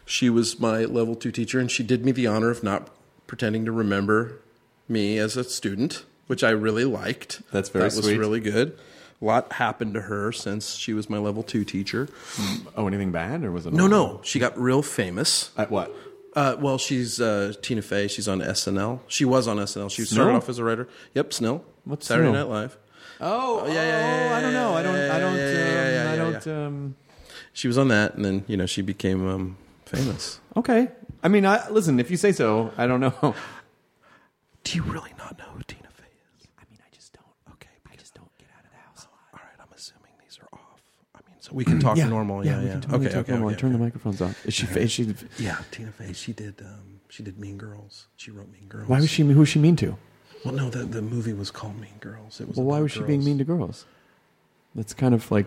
she was my level two teacher and she did me the honor of not pretending to remember me as a student, which I really liked. That's very That was sweet. really good. A lot happened to her since she was my level two teacher. Oh, anything bad or was it? No, all- no, she got real famous. At what? Uh, well, she's uh, Tina Fey. She's on SNL. She was on SNL. She started Snell? off as a writer. Yep, Snell. What's Saturday Snell? Night Live. Oh, yeah, yeah, yeah, I don't know. I don't. I don't. yeah, yeah, yeah, yeah, um, I yeah, don't. Um, She was on that, and then you know she became um, famous. okay. I mean, I, listen. If you say so, I don't know. (laughs) Do you really not know who Tina Fey is? I mean, I just don't. Okay, I just don't get out of the house. All right, I'm assuming these are off. I mean, so we can talk normal. Yeah, yeah. we can totally okay, talk okay, normal. okay, Turn okay. the microphones off. Is she? Is she? Yeah, Tina Fey. She did. Um, she did Mean Girls. She wrote Mean Girls. Why was she? Who was she mean to? Well, no, the, the movie was called Mean Girls. It was. Well, why about was she being girls. mean to girls? That's kind of like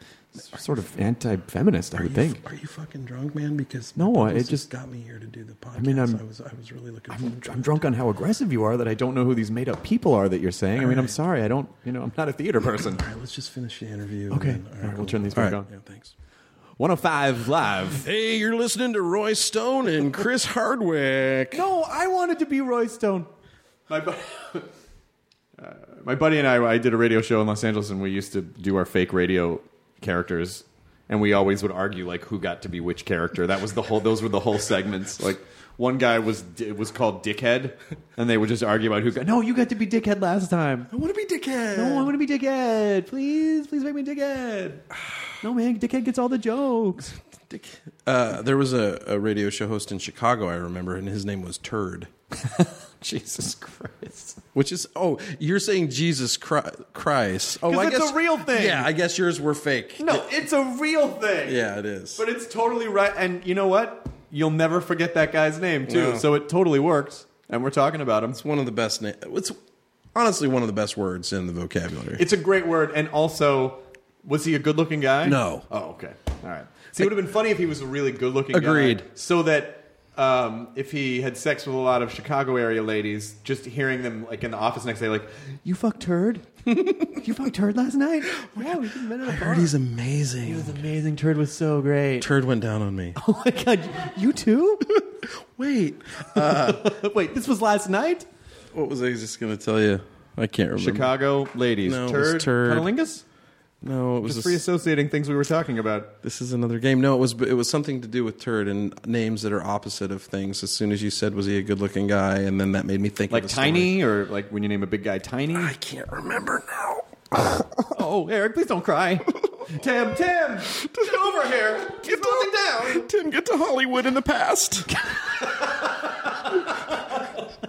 (laughs) sort of anti-feminist, I Are would you, think. Are you fucking drunk, man? Because No, my I- it publicist just- got me here to do the podcast. I mean, I'm- was I was really looking. I'm, forward to I'm it. drunk on how aggressive you are that I don't know who these made-up people are that you're saying. I mean, I'm sorry. I don't. You know, I'm not a theater (laughs) person. All right, let's just finish the interview. and Okay. then- All right, we'll cool. turn these All back right, on. Yeah, thanks. 105 live. Hey, you're listening to Roy Stone and Chris Hardwick. No, I wanted to be Roy Stone. My, bu- (laughs) Uh, my buddy and I, I did a radio show in Los Angeles, and we used to do our fake radio characters, and we always would argue (laughs) like who got to be which character. That was the whole; those were the whole segments. Like, One guy was it was called Dickhead, and they would just argue about who. Got, no, you got to be Dickhead last time. I want to be dickhead. No, I want to be Dickhead. Please, please make me Dickhead. (sighs) No man, Dickhead gets all the jokes. Dick. Uh, there was a, a radio show host in Chicago, I remember, and his name was Turd. (laughs) Jesus Christ. Which is oh, you're saying Jesus Chri- Christ? Oh, 'Cause I it's guess a real thing. Yeah, I guess yours were fake. No, it's a real thing. Yeah, it is. But it's totally right. And you know what? You'll never forget that guy's name, too. No. So it totally works. And we're talking about him. It's one of the best. Na- it's honestly one of the best words in the vocabulary. It's a great word. And also, was he a good looking guy? No. Oh, okay. All right. See, it would have been funny if he was a really good looking guy. Agreed. So that um, if he had sex with a lot of Chicago area ladies, just hearing them like in the office next day, like, you (laughs) fucked turd? you fucked turd last night? Oh Yeah, we just met at a I bar. heard he's amazing. He was amazing. Turd was so great. (laughs) Turd went down on me. Oh my god, you too? (laughs) Wait, (laughs) Wait, this was last night? what was I just going to tell you? I can't remember. Chicago ladies. No, it was turd. turd. Cunnilingus? No, it was Just a free associating things we were talking about. This is another game. No, it was it was something to do with turd and names that are opposite of things. As soon as you said, "Was he a good-looking guy?" and then that made me think Like of the story. tiny, or like when you name a big guy tiny. I can't remember now. (laughs) (laughs) oh, Eric, please don't cry. (laughs) Tim, Tim, get over here. Get nothing down. Tim, get to Hollywood in the past. (laughs)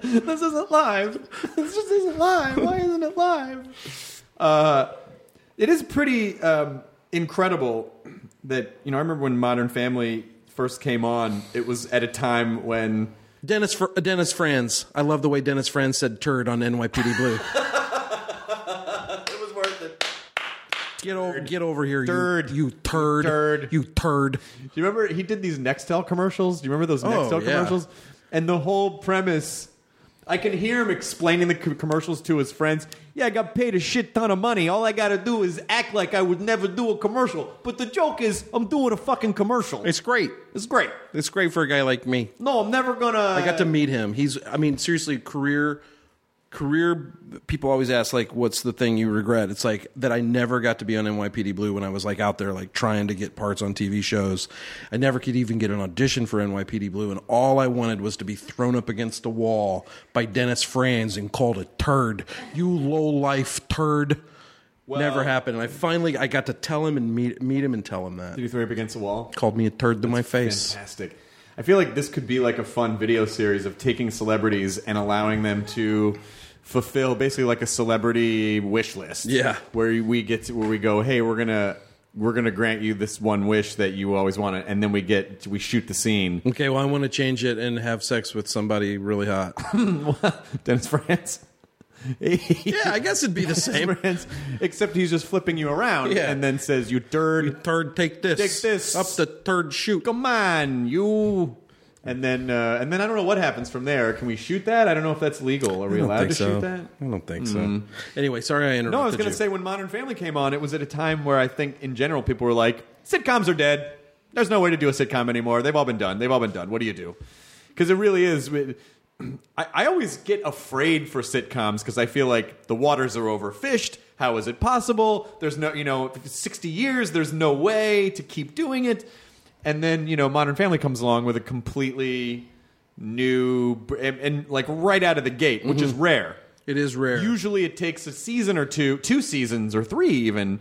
This isn't live. This just isn't live. Why isn't it live? Uh, it is pretty um, incredible that you know. I remember when Modern Family first came on. It was at a time when Dennis Fr- Dennis Franz. I love the way Dennis Franz said "turd" on NYPD Blue. it was worth it. (laughs) Get over, get over here, Turd. You, you turd, Turd. you turd. Do you remember he did these Nextel commercials? Do you remember those Nextel Oh, yeah. commercials? And the whole premise, I can hear him explaining the co- commercials to his friends. Yeah, I got paid a shit ton of money. All I got to do is act like I would never do a commercial. But the joke is, I'm doing a fucking commercial. It's great. It's great. It's great for a guy like me. No, I'm never gonna. I got to meet him. He's, I mean, seriously, career, career. People always ask like, "What's the thing you regret?" It's like that I never got to be on NYPD Blue when I was like out there like trying to get parts on TV shows. I never could even get an audition for NYPD Blue, and all I wanted was to be thrown up against a wall by Dennis Franz and called a turd. You low life turd. never happened. And I finally I got to tell him and meet meet him and tell him that. You threw me up against the wall. Called me a turd to my face. Fantastic. I feel like this could be like a fun video series of taking celebrities and allowing them to fulfill basically like a celebrity wish list. Yeah. Where we get to, where we go, hey, we're gonna we're gonna grant you this one wish that you always wanted, and then we get we shoot the (laughs) scene. Okay, well I want to change it and have sex with somebody really (laughs) hot. Dennis (laughs) France. Yeah, I guess it'd be (laughs) the same. France. Except he's just flipping you around Yeah. and then says, You dird Third, take this. Take this. Up the third shoot. come on, you. And then, uh, and then I don't know what happens from there. Can we shoot that? I don't know if that's legal. Are we I don't allowed think to so. shoot that? Hmm. I don't think so. Anyway, sorry I interrupted No, I was going you. to say when Modern Family came on, it was at a time where I think in general people were like, sitcoms are dead. There's no way to do a sitcom anymore. They've all been done. They've all been done. What do you do? Because it really is. I, (clears throat) I always get afraid for sitcoms because I feel like the waters are overfished. How is it possible? There's no, you know, 60 years, there's no way to keep doing it. And then, you know, Modern Family comes along with a completely new, and, and like right out of the gate, which is rare. Mm-hmm. it is rare. Usually it takes a season or two, two seasons or three even,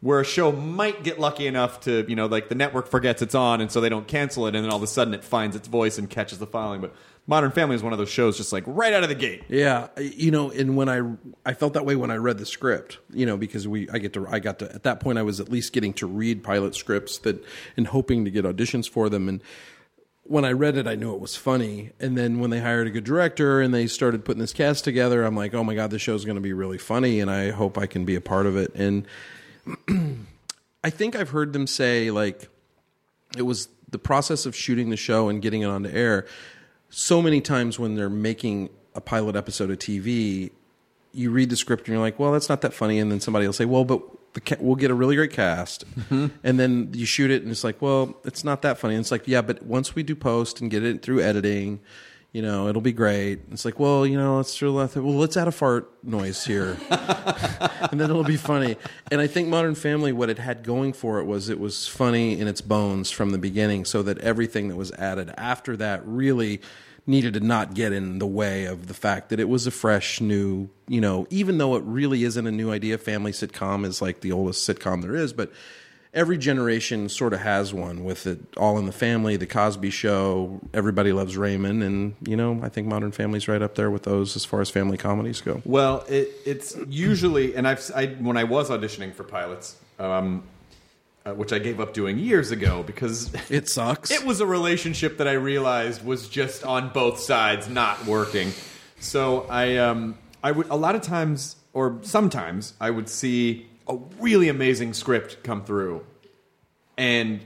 where a show might get lucky enough to, you know, like the network forgets it's on and so they don't cancel it and then all of a sudden it finds its voice and catches the following. But Modern Family is one of those shows just like right out of the gate. yeah, I- you know, and when I I felt that way when I read the script, you know, because we I get to I got to at that point I was at least getting to read pilot scripts that and hoping to get auditions for them and when I read it, I knew it was funny. And then when they hired a good director and they started putting this cast together, I'm like, oh my God, this show's going to be really funny. And I hope I can be a part of it. And (clears throat) I think I've heard them say, like, it was the process of shooting the show and getting it onto air. So many times when they're making a pilot episode of TV, you read the script and you're like, well, that's not that funny. And then somebody will say, well, but the ca- we'll get a really great cast. And then you shoot it and it's like, well, it's not that funny. And it's like, yeah, but once we do post and get it through editing, You know, it'll be great. It's like, well, you know, let's sort of let- well, let's add a fart noise here, and then it'll be funny. And I think Modern Family, what it had going for it was it was funny in its bones from the beginning, so that everything that was added after that really needed to not get in the way of the fact that it was a fresh new you know even though it really isn't a new idea family sitcom is like the oldest sitcom there is but every generation sort of has one with it all in the family the cosby show everybody loves raymond and you know i think modern family's right up there with those as far as family comedies go Well, it, it's usually, and I've s- I, when I was auditioning for pilots, um, uh, which I gave up doing years ago because it sucks it was a relationship that I realized was just on both sides not working. So I, um, I would a lot of times, or sometimes, I would see a really amazing script come through, and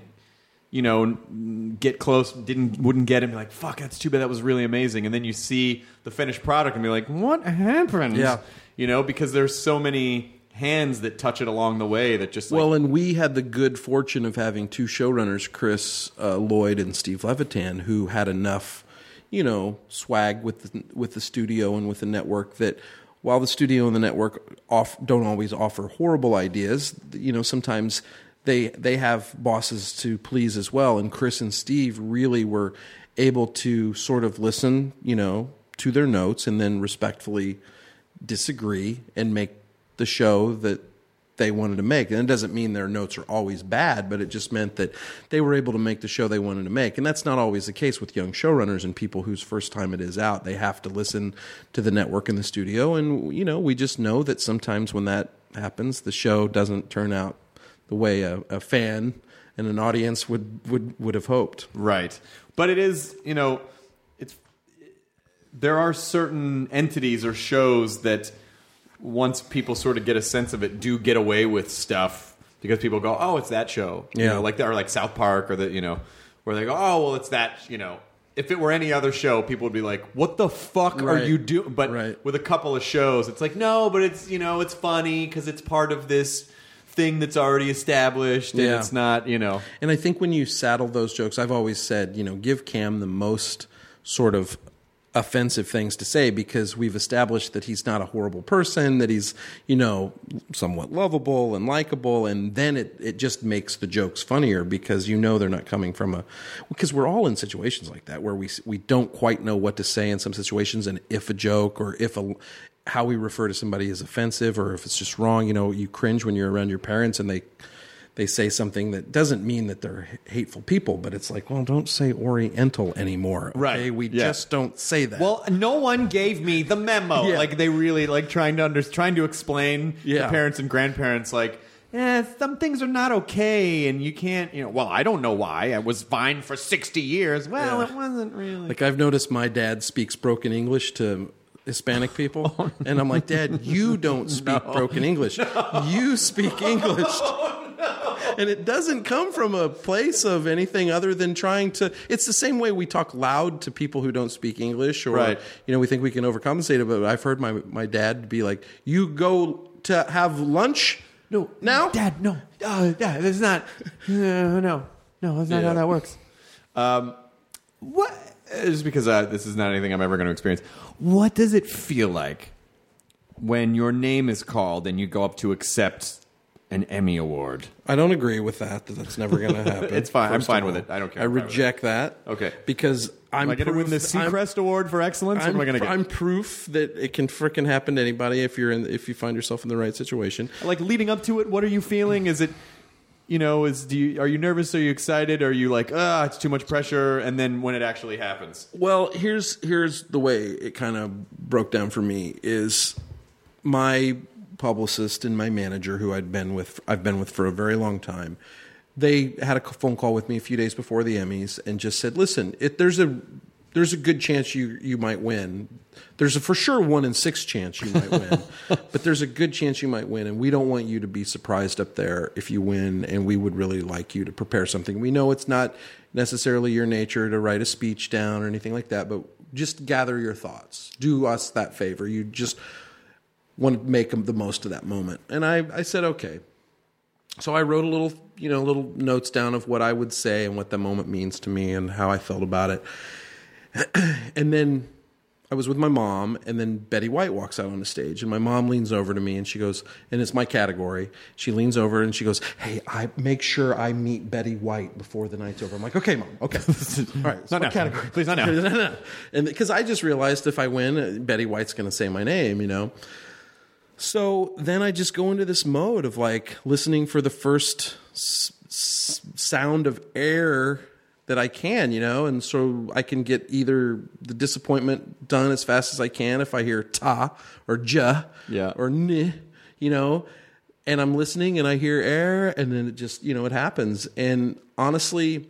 you know, n- get close, didn't, wouldn't get it, and be like, fuck, that's too bad. That was really amazing. And then you see the finished product and be like, what happened? Yeah. you know, because there's so many hands that touch it along the way that just like, well, and we had the good fortune of having two showrunners, Chris uh, Lloyd and Steve Levitan, who had enough, you know, swag with the, with the studio and with the network that while the studio and the network off, don't always offer horrible ideas, you know, sometimes they they have bosses to please as well. And Chris and Steve really were able to sort of listen, you know, to their notes and then respectfully disagree and make the show that they wanted to make. And it doesn't mean their notes are always bad, but it just meant that they were able to make the show they wanted to make. And that's not always the case with young showrunners and people whose first time it is out. They have to listen to the network and the studio. And, you know, we just know that sometimes when that happens, the show doesn't turn out the way a, a fan and an audience would, would, would have hoped. Right. But it is, you know, it's there are certain entities or shows that once people sort of get a sense of it do get away with stuff because people go, "Oh, it's that show." You Yeah. know, like that or like South Park or the, you know, where they go, "Oh, well, it's that, you know, if it were any other show, people would be like, "What the fuck are Right. you doing?" But Right. with a couple of shows, it's like, "No, but it's, you know, it's funny cuz it's part of this thing that's already established and Yeah. it's not, you know." And I think when you saddle those jokes, I've always said, you know, give Cam the most sort of offensive things to say because we've established that he's not a horrible person, that he's, you know, somewhat lovable and likable. And then it, it just makes the jokes funnier because you know they're not coming from a, because we're all in situations like that where we, we don't quite know what to say in some situations and if a joke or if a, how we refer to somebody is offensive or if it's just wrong, you know, you cringe when you're around your parents and they, they say something that doesn't mean that they're h- hateful people, but it's like, well, don't say Oriental anymore. Okay? Right. We Yeah. just don't say that. Well, no one gave me the memo. Yeah. Like they really like trying to under trying to explain Yeah. to parents and grandparents like eh, some things are not okay and you can't you know well I don't know why I was fine for sixty years. Well, Yeah. it wasn't really like I've noticed my dad speaks broken English to Hispanic (laughs) people, Oh, and I'm like, Dad, you don't speak broken English. You speak (laughs) English. Oh, And it doesn't come from a place of anything other than trying to. It's the same way we talk loud to people who don't speak English, or Right. you know, we think we can overcompensate it. But I've heard my my dad be like, "You go to have lunch." no now, Dad no uh, Dad that's (laughs) not no no no that's not Yeah. how that works. Um, what uh, just because uh, this is not anything I'm ever going to experience. What does it feel like when your name is called and you go up to accept an Emmy award? I don't agree with that. That that's never (laughs) going to happen. It's fine. I'm First fine of with all. it. I don't care. I I'm fine with reject that. Okay. Because I'm Am I going to win proof- the I'm- Seacrest Award for excellence? I'm, what am I going to get? I'm proof that it can frickin' happen to anybody if you're in if you find yourself in the right situation. (laughs) like leading up to it, what are you feeling? Is it, you know, is do you are you nervous? Are you excited? Are you like ah, it's too much pressure? And then when it actually happens, Well, here's here's the way it kind of broke down for me is my publicist and my manager who I'd been with I've been with for a very long time. They had a c- phone call with me a few days before the Emmys and just said, "Listen, it, there's a there's a good chance you you might win. There's a for sure one in six chance you might win, but there's a good chance you might win, and we don't want you to be surprised up there if you win. And we would really like you to prepare something. We know it's not necessarily your nature to write a speech down or anything like that, but just gather your thoughts. Do us that favor. You just want to make 'em the most of that moment. And I, I said, okay. So I wrote a little, you know, little notes down of what I would say and what the moment means to me and how I felt about it. (clears throat) and then I was with my mom, and then Betty White walks out on the stage, and my mom leans over to me and she goes, and it's my category. She leans over and she goes, "Hey, I make sure I meet Betty White before the night's over." I'm like, "Okay, mom. Okay, all right. it's Not my now. (laughs) Please, not now. No, no, no. And because I just realized if I win, uh, Betty White's going to say my name, you know. So then I just go into this mode of like listening for the first s- s- sound of air that I can, you know, and so I can get either the disappointment done as fast as I can if I hear ta or ja Yeah. or n, you know, and I'm listening and I hear air and then it just, you know, it happens. And honestly,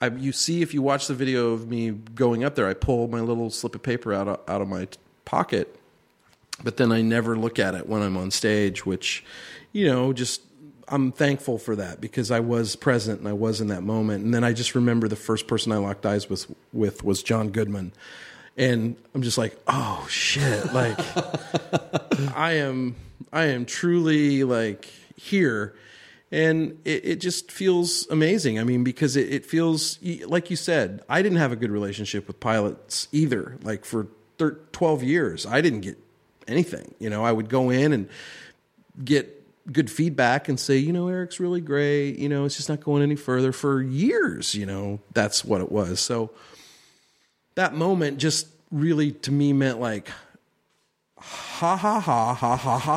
I, you see if you watch the video of me going up there, I pull my little slip of paper out of, out of my t- pocket, but then I never look at it when I'm on stage, which, you know, just I'm thankful for that because I was present and I was in that moment. And then I just remember the first person I locked eyes with with was John Goodman, and I'm just like, oh shit, like. I am I am truly like here and it, it just feels amazing. I mean, because it, it feels like you said, I didn't have a good relationship with pilots either. Like for thir- 12 years, I didn't get anything. You know, I would go in and get good feedback and say, you know, Eric's really great. You know, it's just not going any further for years. You know, that's what it was. So that moment just really to me meant like, ha ha ha ha ha ha ha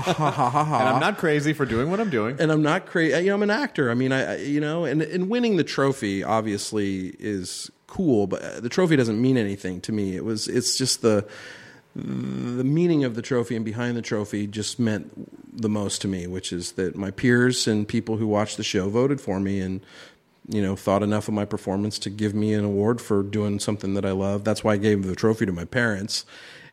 ha ha ha ha. And I'm not crazy for doing what I'm doing. And I'm not crazy. You know, I'm an actor. I mean, I, I you know, and and winning the trophy obviously is cool, but uh, the trophy doesn't mean anything to me. It was it's just the the meaning of the trophy and behind the trophy just meant the most to me, which is that my peers and people who watched the show voted for me and you know thought enough of my performance to give me an award for doing something that I love. That's why I gave the trophy to my parents,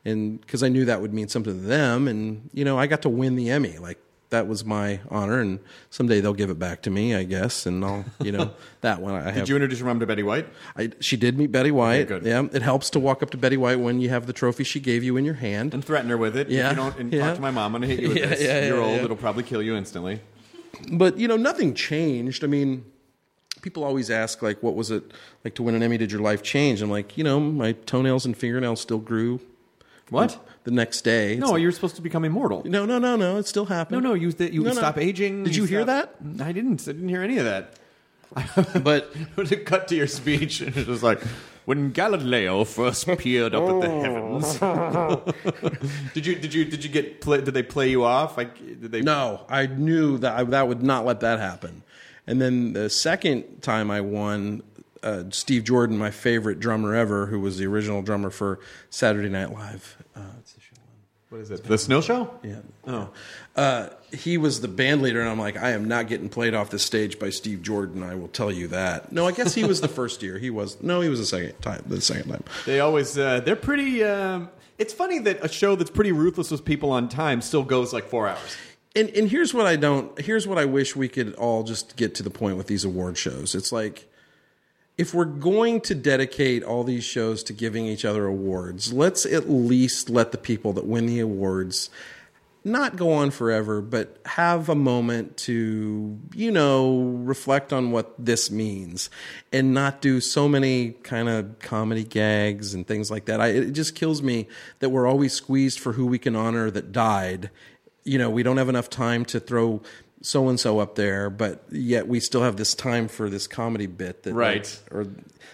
and because I knew that would mean something to them. And you know I got to win the Emmy like. That was my honor, and someday they'll give it back to me, I guess. And I'll, you (laughs) know, that one I have. Did you introduce your mom to Betty White? I, she did meet Betty White. good. Yeah, it helps to walk up to Betty White when you have the trophy she gave you in your hand. And threaten her with it. Yeah. If you don't and Yeah. talk to my mom, I'm gonna hit you (laughs) with Yeah, this. yeah, You're yeah, old, yeah. it'll probably kill you instantly. but you know nothing changed i mean people always ask like what was it like to win an emmy did your life change i'm like you know my toenails and fingernails still grew What? the next day It's No, like- you're supposed to become immortal. no no no no it still No, happened no, you that you No, no. stop aging. Did you hear stop- I didn't. I didn't hear any of that. but (laughs) (laughs) It cut to your speech, and it was like, when Galileo first peered up at the heavens. (laughs) did you? Did you? Did you get? Play, did they play you off? Like, did they? no i knew that i that would not let that happen and then the second time i won uh, steve jordan my favorite drummer ever who was the original drummer for saturday night live uh, What is it? The snow show? Yeah. Oh. Uh, he was the band leader, and I'm like, I am not getting played off the stage by Steve Jordan. I will tell you that. No, I guess he was the (laughs) first year. He was. No, he was the second time. The second time. They always. Uh, they're pretty. Um, it's funny that a show that's pretty ruthless with people on time still goes like four hours. And and here's what I don't. Here's what I wish we could all just get to the point with these award shows. It's like. If we're going to dedicate all these shows to giving each other awards, let's at least let the people that win the awards not go on forever, but have a moment to, you know, reflect on what this means and not do so many kind of comedy gags and things like that. I, it just kills me that we're always squeezed for who we can honor that died. You know, we don't have enough time to throw so and so up there, but yet we still have this time for this comedy bit that Right. or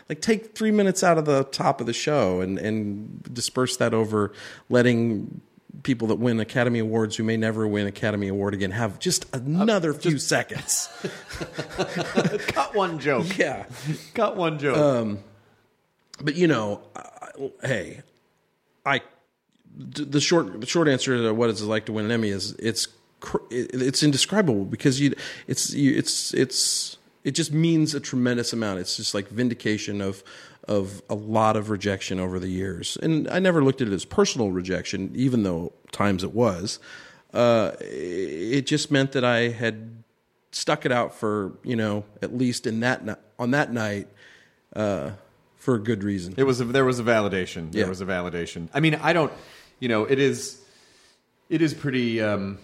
like take three minutes out of the top of the show and and disperse that over letting people that win Academy Awards who may never win Academy Award again have just another few seconds. Cut one joke. yeah, Cut one joke. but you know, I, hey, I the short the short answer to what it's like to win an Emmy is it's cr- it- it's indescribable because you it's you, it's it's it just means a tremendous amount. It's just like vindication of of a lot of rejection over the years, and I never looked at it as personal rejection, even though times it was. Uh, it just meant that I had stuck it out for you know at least in that ni- on that night uh, for a good reason. It was a, there was a validation. There Yeah. was a validation. I mean, I don't. You know, it is. It is pretty. Um,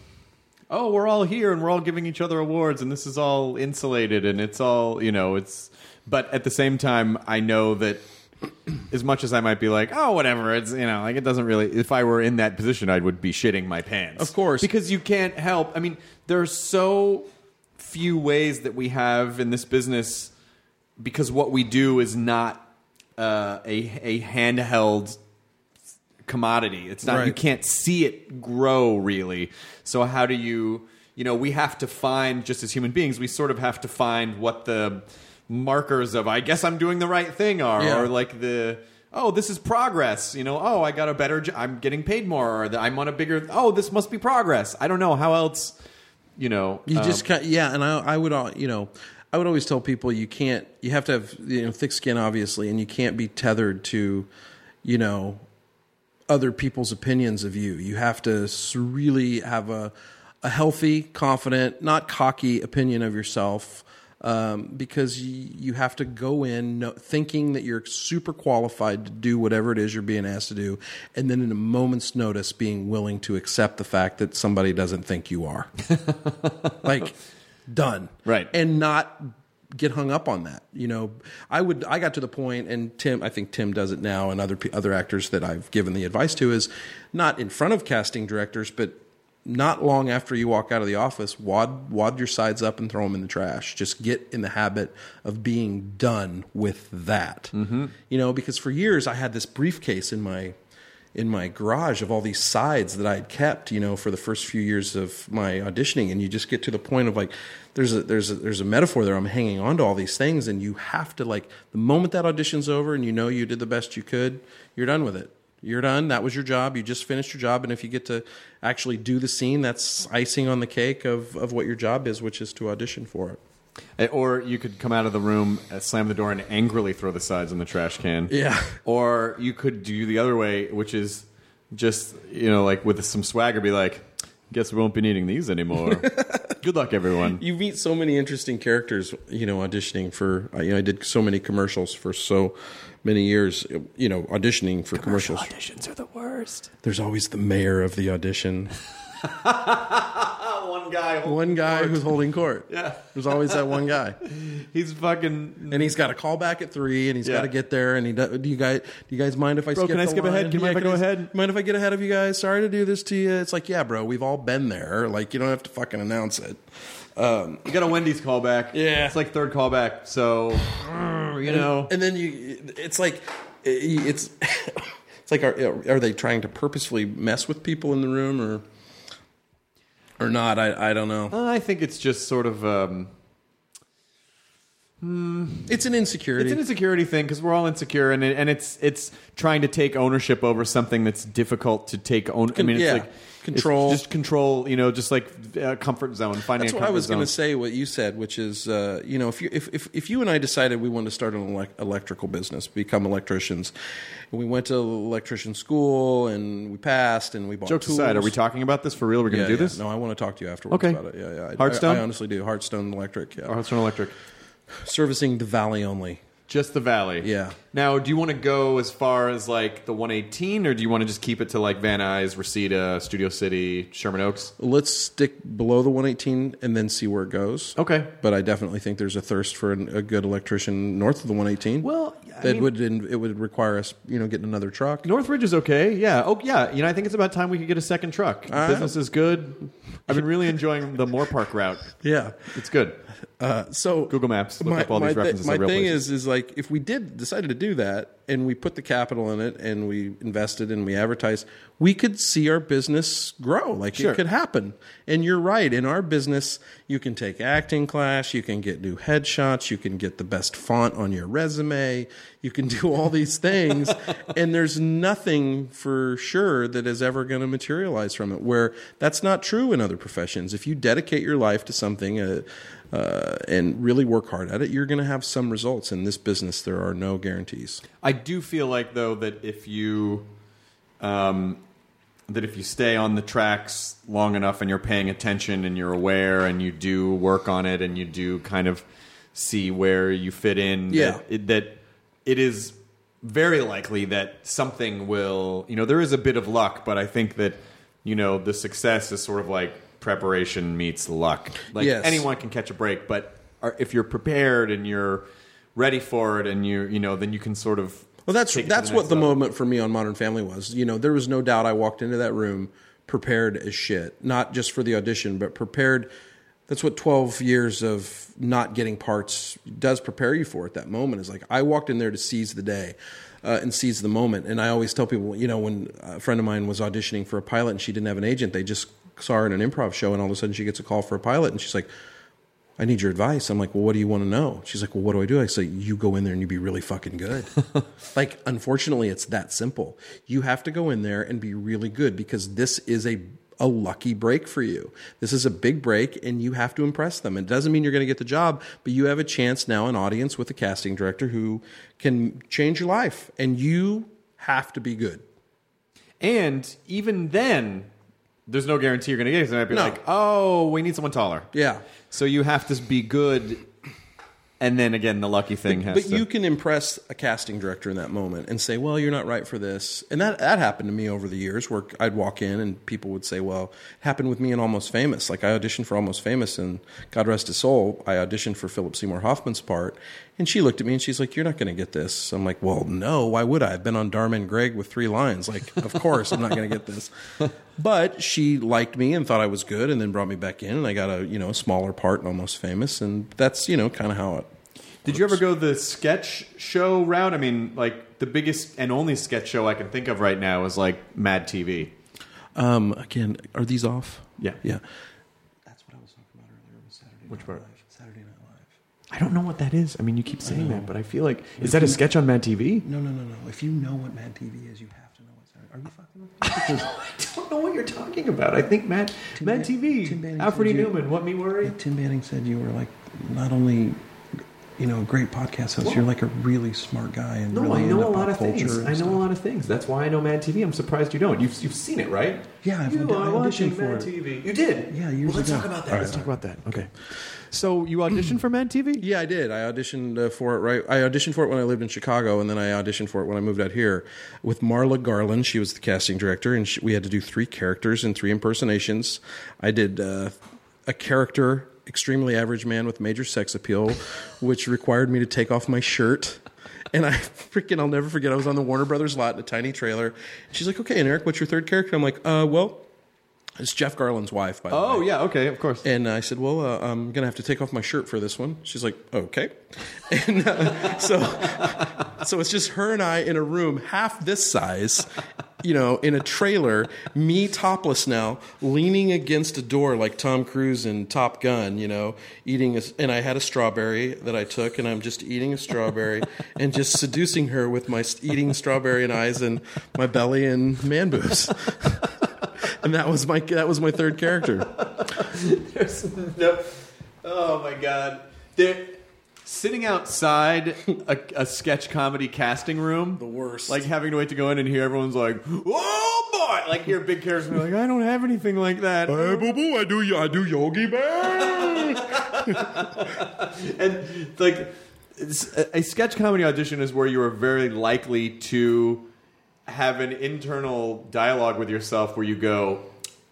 oh, we're all here and we're all giving each other awards, and this is all insulated, and it's all you know. It's. But at the same time, I know that as much as I might be like, oh, whatever, it's you know, like it doesn't really. If I were in that position, I would be shitting my pants, Of course. because you can't help. I mean, there are so few ways that we have in this business because what we do is not uh, a a handheld commodity. It's not you Right. can't see it grow really. So how do you you know, we have to find just as human beings, we sort of have to find what the markers of I guess I'm doing the right thing are Yeah. or like the oh, this is progress, you know, oh, I got a better jo- I'm getting paid more or the, I'm on a bigger oh, this must be progress. I don't know how else you know. You um, just kind yeah, and I, I would all you know, I would always tell people you can't you have to have you know thick skin obviously, and you can't be tethered to, you know, other people's opinions of you. You have to s- really have a a healthy, confident, not cocky opinion of yourself. Um, because you, you have to go in no, thinking that you're super qualified to do whatever it is you're being asked to do, and then in a moment's notice being willing to accept the fact that somebody doesn't think you are (laughs) like done Right. and not get hung up on that you know i would i got to the point and tim i think tim does it now and other pe- other actors that i've given the advice to is not in front of casting directors but not long after you walk out of the office wad wad your sides up and throw them in the trash just get in the habit of being done with that you know because for years i had this briefcase in my in my garage of all these sides that I had kept, you know, for the first few years of my auditioning. And you just get to the point of like, there's a there's a there's a metaphor there. I'm hanging on to all these things, and you have to like the moment that audition's over and you know you did the best you could, you're done with it. You're done. That was your job. You just finished your job, and if you get to actually do the scene, that's icing on the cake of of what your job is, which is to audition for it. Uh, Or you could come out of the room, uh, slam the door, and angrily throw the sides in the trash can. Yeah. Or you could do the other way, which is just, you know, like with some swagger, be like, guess we won't be needing (laughs) these anymore. Good luck, everyone. you (laughs) meet so many interesting characters you know auditioning for I- you know i did so many commercials for so many years you know auditioning for commercials Auditions are the worst. there's always the mayor of the audition One (laughs) guy, one guy who's holding court yeah there's always that one guy he's fucking. and he's got to call back at three and he's Yeah. got to get there and he do, do you guys do you guys mind if i Bro, skip can I the skip line? ahead? Can you mind if I go I s- ahead? mind if i get ahead of you guys sorry to do this to you it's like yeah bro we've all been there like you don't have to fucking announce it You got a Wendy's callback. Yeah. It's like third (sighs) callback. So, you know. and then you it's like it's (laughs) it's like are, are they trying to purposefully mess with people in the room or or not i i don't know I think it's just sort of. Um, it's an insecurity It's an insecurity thing because we're all insecure, and it, and it's it's trying to take ownership over something that's difficult to take own. I mean, it's yeah. like it's Control. just control. You know, just like uh, comfort zone, finding. that's a what comfort I was zone. going to say. What you said, which is, uh, you know, if you if, if if you and I decided we wanted to start an elec electrical business, become electricians, and we went to electrician school and we passed and we bought Jokes tools. aside, are we talking about this for real? We're going to Yeah, do yeah. this? No, I want to talk to you afterwards Okay. about it. Yeah, yeah. I- Hearthstone? I, I honestly do. Hearthstone Electric. Yeah. Or Hudson Electric, Servicing the valley only. just the valley. Yeah. Now, do you want to go as far as like the 118, or do you want to just keep it to like Van Nuys, Reseda, Studio City, Sherman Oaks? Let's stick below the 118 and then see where it goes. Okay. But I definitely think there's a thirst for an, a good electrician north of the 118. Well, I that mean- would in, it would require us, you know, getting another truck. Northridge is okay. Yeah. Oh, yeah. You know, I think it's about time we could get a second truck. Business is good. I've been really enjoying the Moore Park route. Yeah. It's good. So Google Maps, look my, up all my these thi- references to my real thing places. is, is like if we did decided to do that and we put the capital in it and we invested and we advertised, we could see our business grow. Like Sure. it could happen. And you're right. In our business, you can take acting class, you can get new headshots, you can get the best font on your resume, you can do all these things. and there's nothing for sure that is ever going to materialize from it. Where that's not true in other professions. If you dedicate your life to something, uh, uh, and really work hard at it, you're going to have some results. In this business, there are no guarantees. I do feel like though that if you, um, that if you stay on the tracks long enough and you're paying attention and you're aware and you do work on it and you do kind of see where you fit in, Yeah. that, it, that it is very likely that something will. You know, there is a bit of luck, but I think that you know the success is sort of like preparation meets luck. Like Yes. anyone everyone can catch a break, but are, if you're prepared and you're ready for it, and you you know, then you can sort of Well, that's Take it to that's the what next the level. moment for me on Modern Family was. You know, there was no doubt I walked into that room prepared as shit, not just for the audition, but prepared. That's what 12 years of not getting parts does prepare you for at that moment. Is like I walked in there to seize the day uh, and seize the moment. And I always tell people, you know, when a friend of mine was auditioning for a pilot and she didn't have an agent, they just saw her in an improv show, and all of a sudden she gets a call for a pilot, and she's like, I need your advice. I'm like, well, what do you want to know? She's like, well, what do I do? I say, you go in there and you be really fucking good. like, unfortunately, it's that simple. You have to go in there and be really good because this is a a lucky break for you. This is a big break, and you have to impress them. It doesn't mean you're going to get the job, but you have a chance now, an audience with a casting director who can change your life, and you have to be good. And even then, there's no guarantee you're going to get it. They might be No. like, oh, we need someone taller. Yeah. So you have to be good. And then again, the lucky thing has but to. you can impress a casting director in that moment and say, "Well, you're not right for this." And that that happened to me over the years, where I'd walk in and people would say, "Well, it happened with me in Almost Famous." Like I auditioned for Almost Famous, and God rest his soul, I auditioned for Philip Seymour Hoffman's part, and she looked at me and she's like, "You're not going to get this." I'm like, "Well, no. Why would I? I've been on Darman Greg with three lines. Like, of course I'm not going to get (laughs) this." But she liked me and thought I was good, and then brought me back in, and I got a you know smaller part in Almost Famous, and that's you know kind of how it Did you ever go the sketch show route? I mean, like the biggest and only sketch show I can think of right now is like Mad TV. Um, again, are these off? Yeah. Yeah. Which part? Saturday Night Live. I don't know what that is. I mean, you keep saying that, but I feel like is that a sketch on Mad TV? No, no, no, no. If you know what Mad TV is, you have to know what's there. Are you fucking with me? (laughs) I don't know what you're talking about. I think Mad Mad Ban- Tim TV, Banning Alfred E. said you- Newman, What Me Worry. Tim Banning said you were like not only you know a great podcast host, you're like a really smart guy and No, really I know into a lot pop of culture things. and I know stuff. a lot of things. That's why I know Mad TV. I'm surprised you don't. You've, you've seen it, right? Yeah, I've you audi- are I auditioned watching for Mad it. TV. You did. Yeah, years well, let's ago. talk about that. All right, let's talk all about that. Okay. So you auditioned for Mad TV? (clears throat) Yeah, I did. I auditioned uh, for it. Right, I auditioned for it when I lived in Chicago, and then I auditioned for it when I moved out here with Marla Garland. She was the casting director, and she, we had to do three characters and three impersonations. I did uh, a character, extremely average man with major sex appeal, which required me to take off my shirt. And I (laughs) freaking, I'll never forget. I was on the Warner Brothers lot in a tiny trailer. She's like, "Okay, and Eric, what's your third character?" I'm like, "Uh, well, it's Jeff Garland's wife." By the way. Oh yeah. Okay. Of course. And I said, "Well, uh, I'm gonna have to take off my shirt for this one." She's like, "Okay." (laughs) And uh, so, (laughs) so it's just her and I in a room half this size, you know, in a trailer. Me topless now, leaning against a door like Tom Cruise in Top Gun, you know, eating. A, and I had a strawberry that I took, and I'm just eating a strawberry (laughs) and just seducing her with my s- eating strawberry and eyes and my belly and man boobs. (laughs) And that was my that was my third character. There's no. Oh my god. There. Sitting outside a, a sketch comedy casting room, the worst. Like having to wait to go in and hear everyone's like, "Oh boy!" Like hear big characters and be like, "I don't have anything like that." Hey, boo boo, I do yo- I do Yogi Bear. and like it's- a a sketch comedy audition is where you are very likely to have an internal dialogue with yourself where you go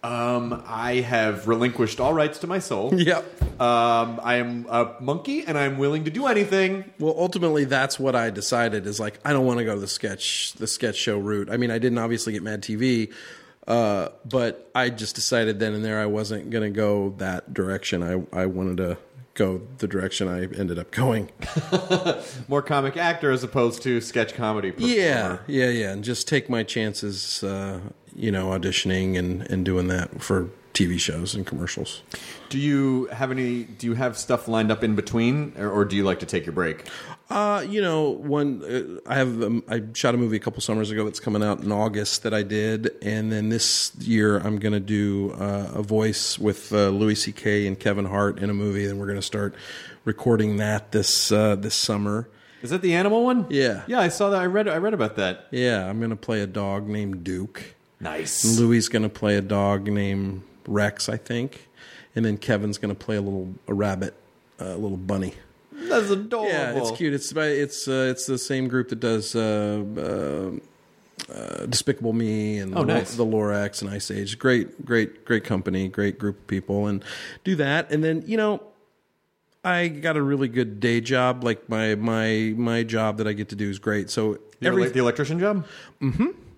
um, I have relinquished all rights to my soul. (laughs) Yep. Um, I am a monkey and I'm willing to do anything. well, ultimately, that's what I decided. Is like I don't want to go to the sketch the sketch show route. I mean, I didn't obviously get Mad TV, uh, but I just decided then and there I wasn't going to go that direction. I I wanted to go the direction I ended up going. More comic actor as opposed to sketch comedy. Performer. Yeah, yeah, yeah, and just take my chances. Uh, you know, auditioning and and doing that for TV shows and commercials. Do you have any? Do you have stuff lined up in between, or, or do you like to take your break? Uh, you know, one uh, I have um, I shot a movie a couple summers ago that's coming out in August that I did, and then this year I'm going to do uh, a voice with uh, Louis C.K. and Kevin Hart in a movie, and we're going to start recording that this uh, this summer. Is that the animal one? Yeah. yeah. I saw that. I read. I read about that. Yeah, I'm going to play a dog named Duke. Nice. Louis is going to play a dog named Rex, I think, and then Kevin's going to play a little a rabbit, uh, a little bunny. That's adorable. Yeah, it's cute. It's by- it's uh, it's the same group that does uh, uh, uh, Despicable Me and Oh, the, Lo- nice. the Lorax and Ice Age. Great, great, great company. Great group of people, and do that. And then you know, I got a really good day job. Like my my my job that I get to do is great. So The, Every- ele- the electrician job?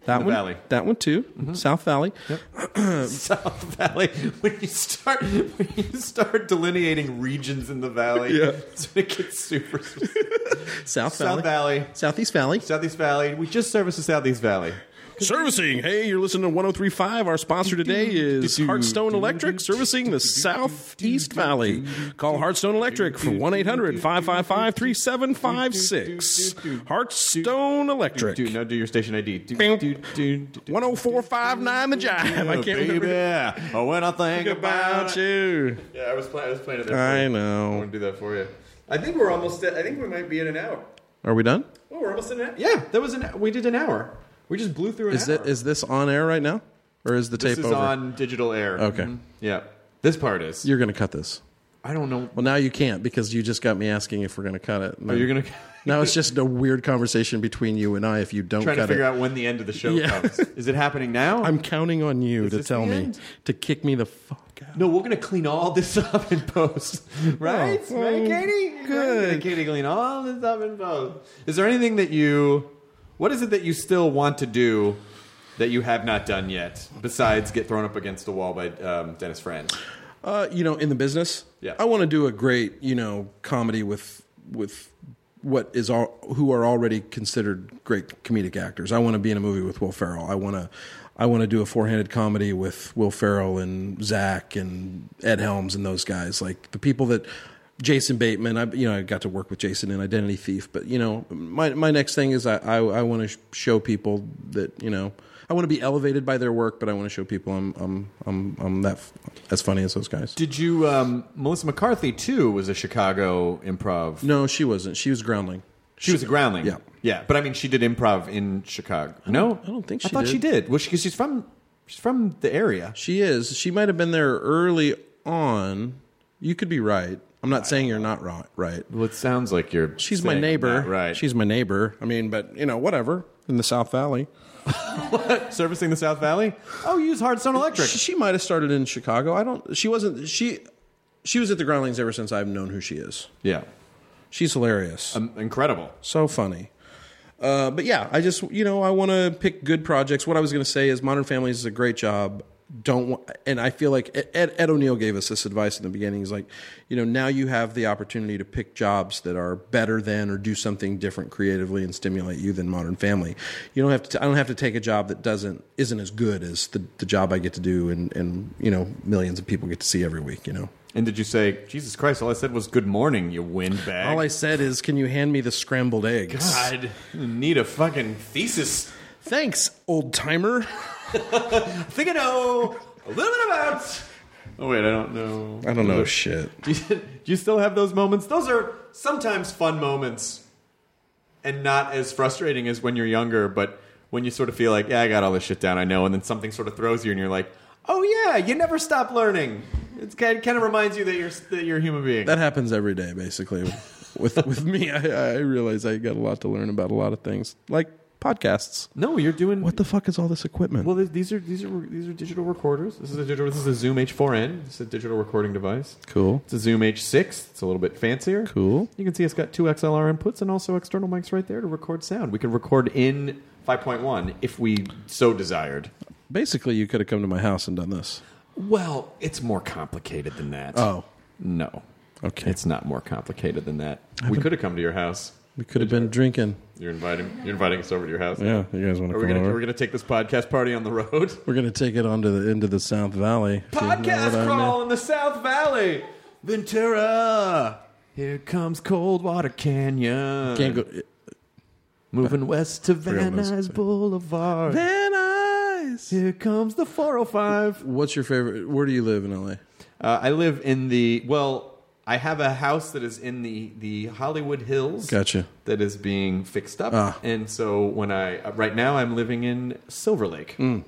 That The one, Valley. Mm-hmm. that one too. South Valley. Hmm. (laughs) South Valley. When you start when you start delineating regions in the valley, Yeah. it's when it gets super (laughs) specific. South, South Valley. Valley. Southeast Valley. Southeast Valley. We just service the Southeast Valley. Servicing. Hey, you're listening to 1035. Our sponsor today is Hearthstone Electric, servicing the Southeast Valley. Call Hearthstone Electric for 1 800 555 3756. Hearthstone Electric. oh Do now do your station ID. Do, Bing. do, do, do, do. 10459 The Jive. I Oh, can't remember. baby. Oh, when I think About you. Yeah, I was, play- I was playing it there. for I you. I'm know. going to do that for you. I think we're almost at, I think we might be in an hour. Are we done? Oh, we're almost in an hour. Yeah, that was an we did an hour. We just blew through an Is hour. that is this on air right now? Or is the this tape is over? on digital air. Okay. Mhm. Yeah. This part is. You're going to cut this. I don't know. Well, now you can't because you just got me asking if we're going to cut it. No. Oh, (laughs) you're gonna- now it's just a weird conversation between you and I. If you don't trying to cut figure it, out when the end of the show Yeah. comes. Is it happening now? I'm counting on you to this tell the me end? to kick me the fuck out. no, we're gonna clean all this (laughs) up in post, right? Oh, right, oh, Katie? good. Right, Katie, clean all this up in post. Is there anything that you? What is it that you still want to do that you have not done yet? Besides get thrown up against the wall by um, Dennis Friend. Uh, you know, in the business, Yeah. I want to do a great, you know, comedy with with what is all who are already considered great comedic actors. I want to be in a movie with Will Ferrell. I want to. I want to do a four-handed comedy with Will Ferrell and Zach and Ed Helms and those guys, like the people that Jason Bateman. I you know I got to work with Jason in Identity Thief, but you know my my next thing is I I, I want to sh- show people that you know I want to be elevated by their work, but I want to show people I'm I'm I'm I'm that f- as funny as those guys. Did you? Um, Melissa McCarthy too was a Chicago improv. No, she wasn't. She was groundling. She was a groundling. Yeah. yeah. But I mean, she did improv in Chicago. no, I don't think I she thought did. she did. Well, because she's from she's from the area. She is. She might have been there early on. You could be right. I'm not saying you're not ro- right. Well, it sounds like you're. She's my saying neighbor. that, right? (laughs) She's my neighbor. I mean, but you know, whatever. In the South Valley, servicing the South Valley. Oh, you use Hardstone Electric. she, she might have started in Chicago. I don't. She wasn't. She she was at the Groundlings ever since I've known who she is. yeah, She's hilarious. um, incredible. So funny. Uh, but yeah, I just you know I want to pick good projects. What I was going to say is Modern Family is a great job. Don't want, and I feel like E, Ed, Ed O'Neill gave us this advice in the beginning. He's like, you know, now you have the opportunity to pick jobs that are better than or do something different creatively and stimulate you than Modern Family. You don't have to. I don't have to take a job that doesn't isn't as good as the, the job I get to do and and you know millions of people get to see every week. You know, And did you say Jesus Christ? All I said was "Good morning, you windbag." all I said is, can you hand me the scrambled eggs? God, you need a fucking thesis. Thanks, old timer. (laughs) I think I know a little bit about. Oh wait, I don't know. I don't know shit. Do you, (laughs) do you still have those moments? Those are sometimes fun moments and not as frustrating as when you're younger, but when you sort of feel like, yeah, I got all this shit down, I know, and then something sort of throws you and you're like, oh yeah, you never stop learning. It's kind it kind of reminds you that you're, that you're a human being. That happens every day, basically. with with me, I, I realize I got a lot to learn about a lot of things, like podcasts. no, you're doing. What the fuck is all this equipment? well, th- these are these are these are digital recorders. This is a digital. This is a Zoom H4n. It's a digital recording device. cool. It's a Zoom H6. It's a little bit fancier. Cool. You can see it's got two XLR inputs and also external mics right there to record sound. We can record in 5.1 if we so desired. Basically, you could have come to my house and done this. Well, it's more complicated than that. Oh, No. Okay. It's not more complicated than that. We could have come to your house. we could have been drinking. You're inviting you're inviting us over to your house. Yeah, you guys want to Are we come gonna over? we're gonna take this podcast party on the road? (laughs) We're gonna take it onto the into the South Valley. if you know Podcast what I mean. crawl in the South Valley. Ventura. Here comes Coldwater Canyon. Can't go. uh, Moving west to forgot Van what I was Nuys Boulevard. Van Nuys. Here comes the 405. What's your favorite? Where do you live in LA? Uh, I live in the well. I have a house that is in the the Hollywood Hills. Gotcha. That is being fixed up, Ah. and so when I uh, right now I'm living in Silver Lake. Hmm.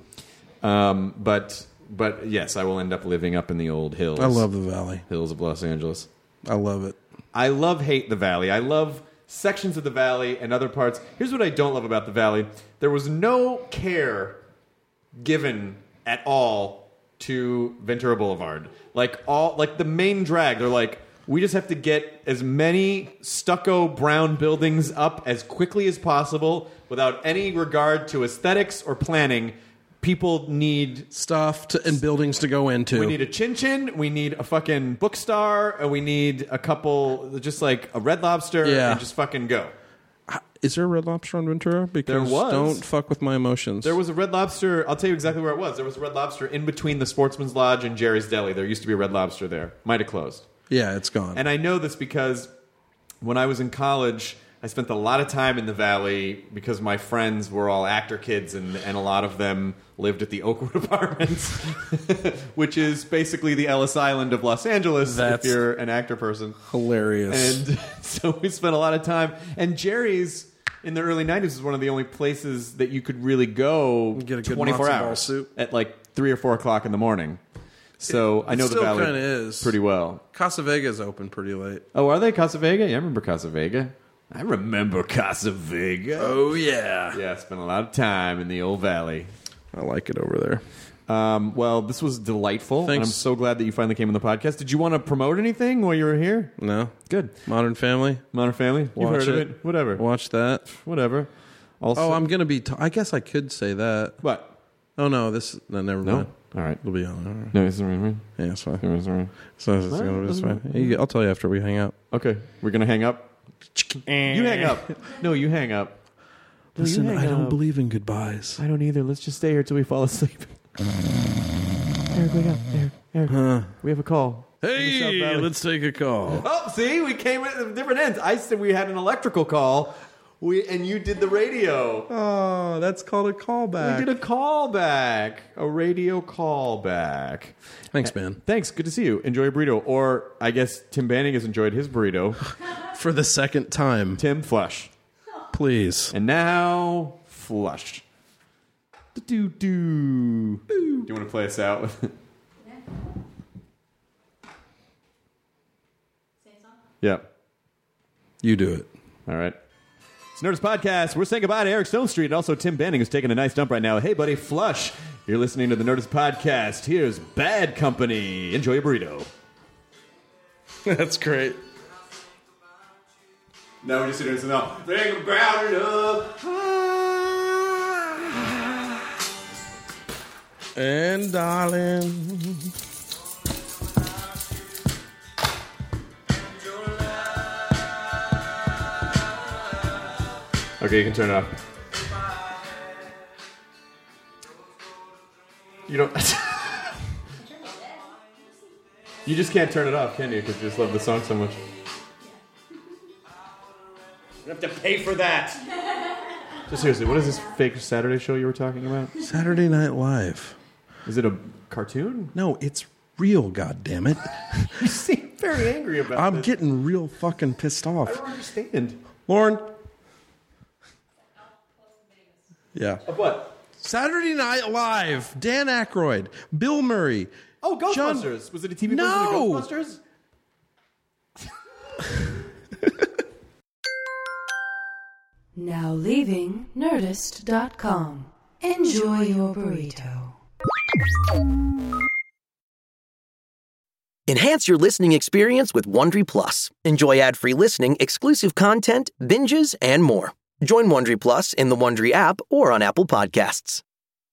Um, but but yes, I will end up living up in the old hills. I love the valley. hills of Los Angeles. I love it. I love hate the valley. I love sections of the valley and other parts. Here's what I don't love about the valley. There was no care given at all to Ventura Boulevard. Like all like the main drag. They're like, We just have to get as many stucco brown buildings up as quickly as possible without any regard to aesthetics or planning. People need Stuff to, and buildings to go into. we need a chin chin. We need a fucking book star. And we need a couple, just like a red lobster, Yeah. and just fucking go. Is there a red lobster on Ventura? Because was. don't fuck with my emotions. There was a red lobster. I'll tell you exactly where it was. There was a red lobster in between the Sportsman's Lodge and Jerry's Deli. There used to be a red lobster there. Might have closed. yeah, it's gone. And I know this because when I was in college, I spent a lot of time in the Valley because my friends were all actor kids, and, and a lot of them lived at the Oakwood (laughs) Apartments, which is basically the Ellis Island of Los Angeles That's- if you're an actor person. Hilarious. And (laughs) so we spent a lot of time. And Jerry's in the early 90s was one of the only places that you could really go Get a good matzo 24 ball hours soup. at like 3 or 4 o'clock in the morning. So I know still the Valley kinda is. pretty well. Casa Vega's open pretty late. Oh, are they Casa Vega? Yeah, I remember Casa Vega. I remember Casa Vega. Oh yeah. Yeah, I spent a lot of time in the old valley. I like it over there. Um, well, this was delightful. And Thanks. I'm so glad that you finally came on the podcast. Did you want to promote anything while you were here? No. Good. Modern Family. Modern Family? You've Mm. Watch heard of it? Whatever. Watch that. Whatever. Also, Oh, I'm gonna be. T- I guess I could say that. What? Oh no, this. No, never mind. All right. It'll be on. All right. No, it's right. Yeah, it's fine. It's right. So it's gonna be this way. You- I'll tell you after we hang up. Okay, we're gonna hang up. You hang up. No, you (laughs) hang up. Listen, I don't believe in goodbyes. I don't either. Let's just stay here till we (laughs) fall asleep. Eric, wake up. Eric, Eric. We have a call. South Hey, Valley. let's take a call. Oh, see, we came at different ends. I said we had an electrical call. We and you did the radio. (laughs) Oh, that's called a We callback. did a call back, a radio call back. Thanks, man, Thanks. Good to see you. Enjoy your burrito, or I guess Tim Banning has enjoyed his burrito. for the second time. Tim, flush. Please. And now, flush. Do do. Do you want to play us out? (laughs) with Yeah. You do it. All right. It's Nerdist Podcast. We're saying goodbye to Eric Stone Street and also Tim Banning, who's taking a nice dump right now. Hey, buddy, flush. You're listening to the Nerdist Podcast. Here's Bad Company. Enjoy your burrito. (laughs) that's great. Now we're just doing something else. Think about it up. And darling. Okay, you can turn it off. You don't. (laughs) you just can't turn it off, can you? Because you just love the song so much. You have to pay for that. Just seriously, what is this fake Saturday show you were talking about? Saturday Night Live. Is it a cartoon? No, it's real. God damn it. You (laughs) seem very angry about I'm this. getting real fucking pissed I off. don't understand. Lauren. Yeah. Of what? Saturday Night Live. Dan Aykroyd. Bill Murray. Oh, Ghostbusters. John- Was it a TV No! version of Ghostbusters? Now leaving Nerdist.com. Enjoy your burrito. Enhance your listening experience with Wondery Plus. Enjoy ad-free listening, exclusive content, binges, and more. Join Wondery Plus in the Wondery app or on Apple Podcasts.